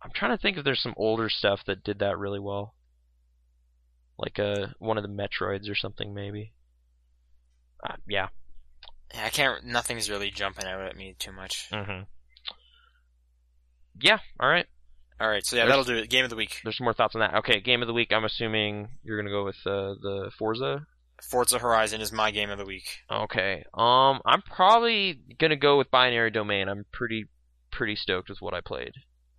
I'm trying to think if there's some older stuff that did that really well, like uh, one of the Metroids or something, maybe. Uh, yeah,
Yeah, I can't. Nothing's really jumping out at me too much.
Mm-hmm. Yeah, all right.
All right, so yeah,
There's-
that'll do it. Game of the week:
There's some more thoughts on that. Okay, game of the week. I'm assuming you're gonna go with uh, the Forza.
Forza Horizon is my game of the week.
Okay. Um, I'm probably gonna go with Binary Domain. I'm pretty pretty stoked with what I played.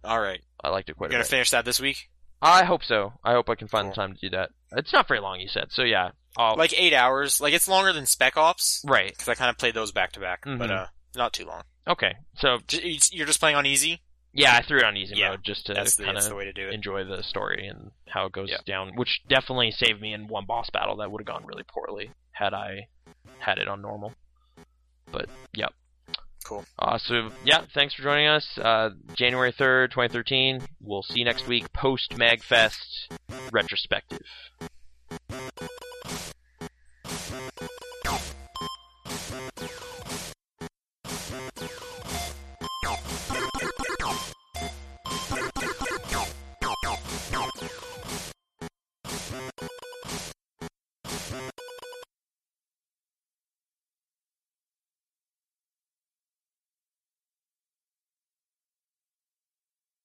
All right,
I liked it
you
quite a
gonna
bit.
finish that this week?
I hope so. I hope I can find the
Cool.
time to do that. It's not very long, you said. So yeah. I'll,
Like eight hours. Like it's longer than Spec Ops
right.
because I kind of played those back to back,
Mhm.
but uh, not too long.
Okay. So
J- it's- You're just playing on easy.
yeah, I threw it on easy
Yeah,
mode just to
That's the,
kind
that's
of
the way to do it.
enjoy the story and how it goes
Yeah.
down, which definitely saved me in one boss battle that would have gone really poorly had I had it on normal. But yep.
Cool.
Uh, so yeah, thanks for joining us. Uh, January third, twenty thirteen. We'll see you next week post Magfest retrospective.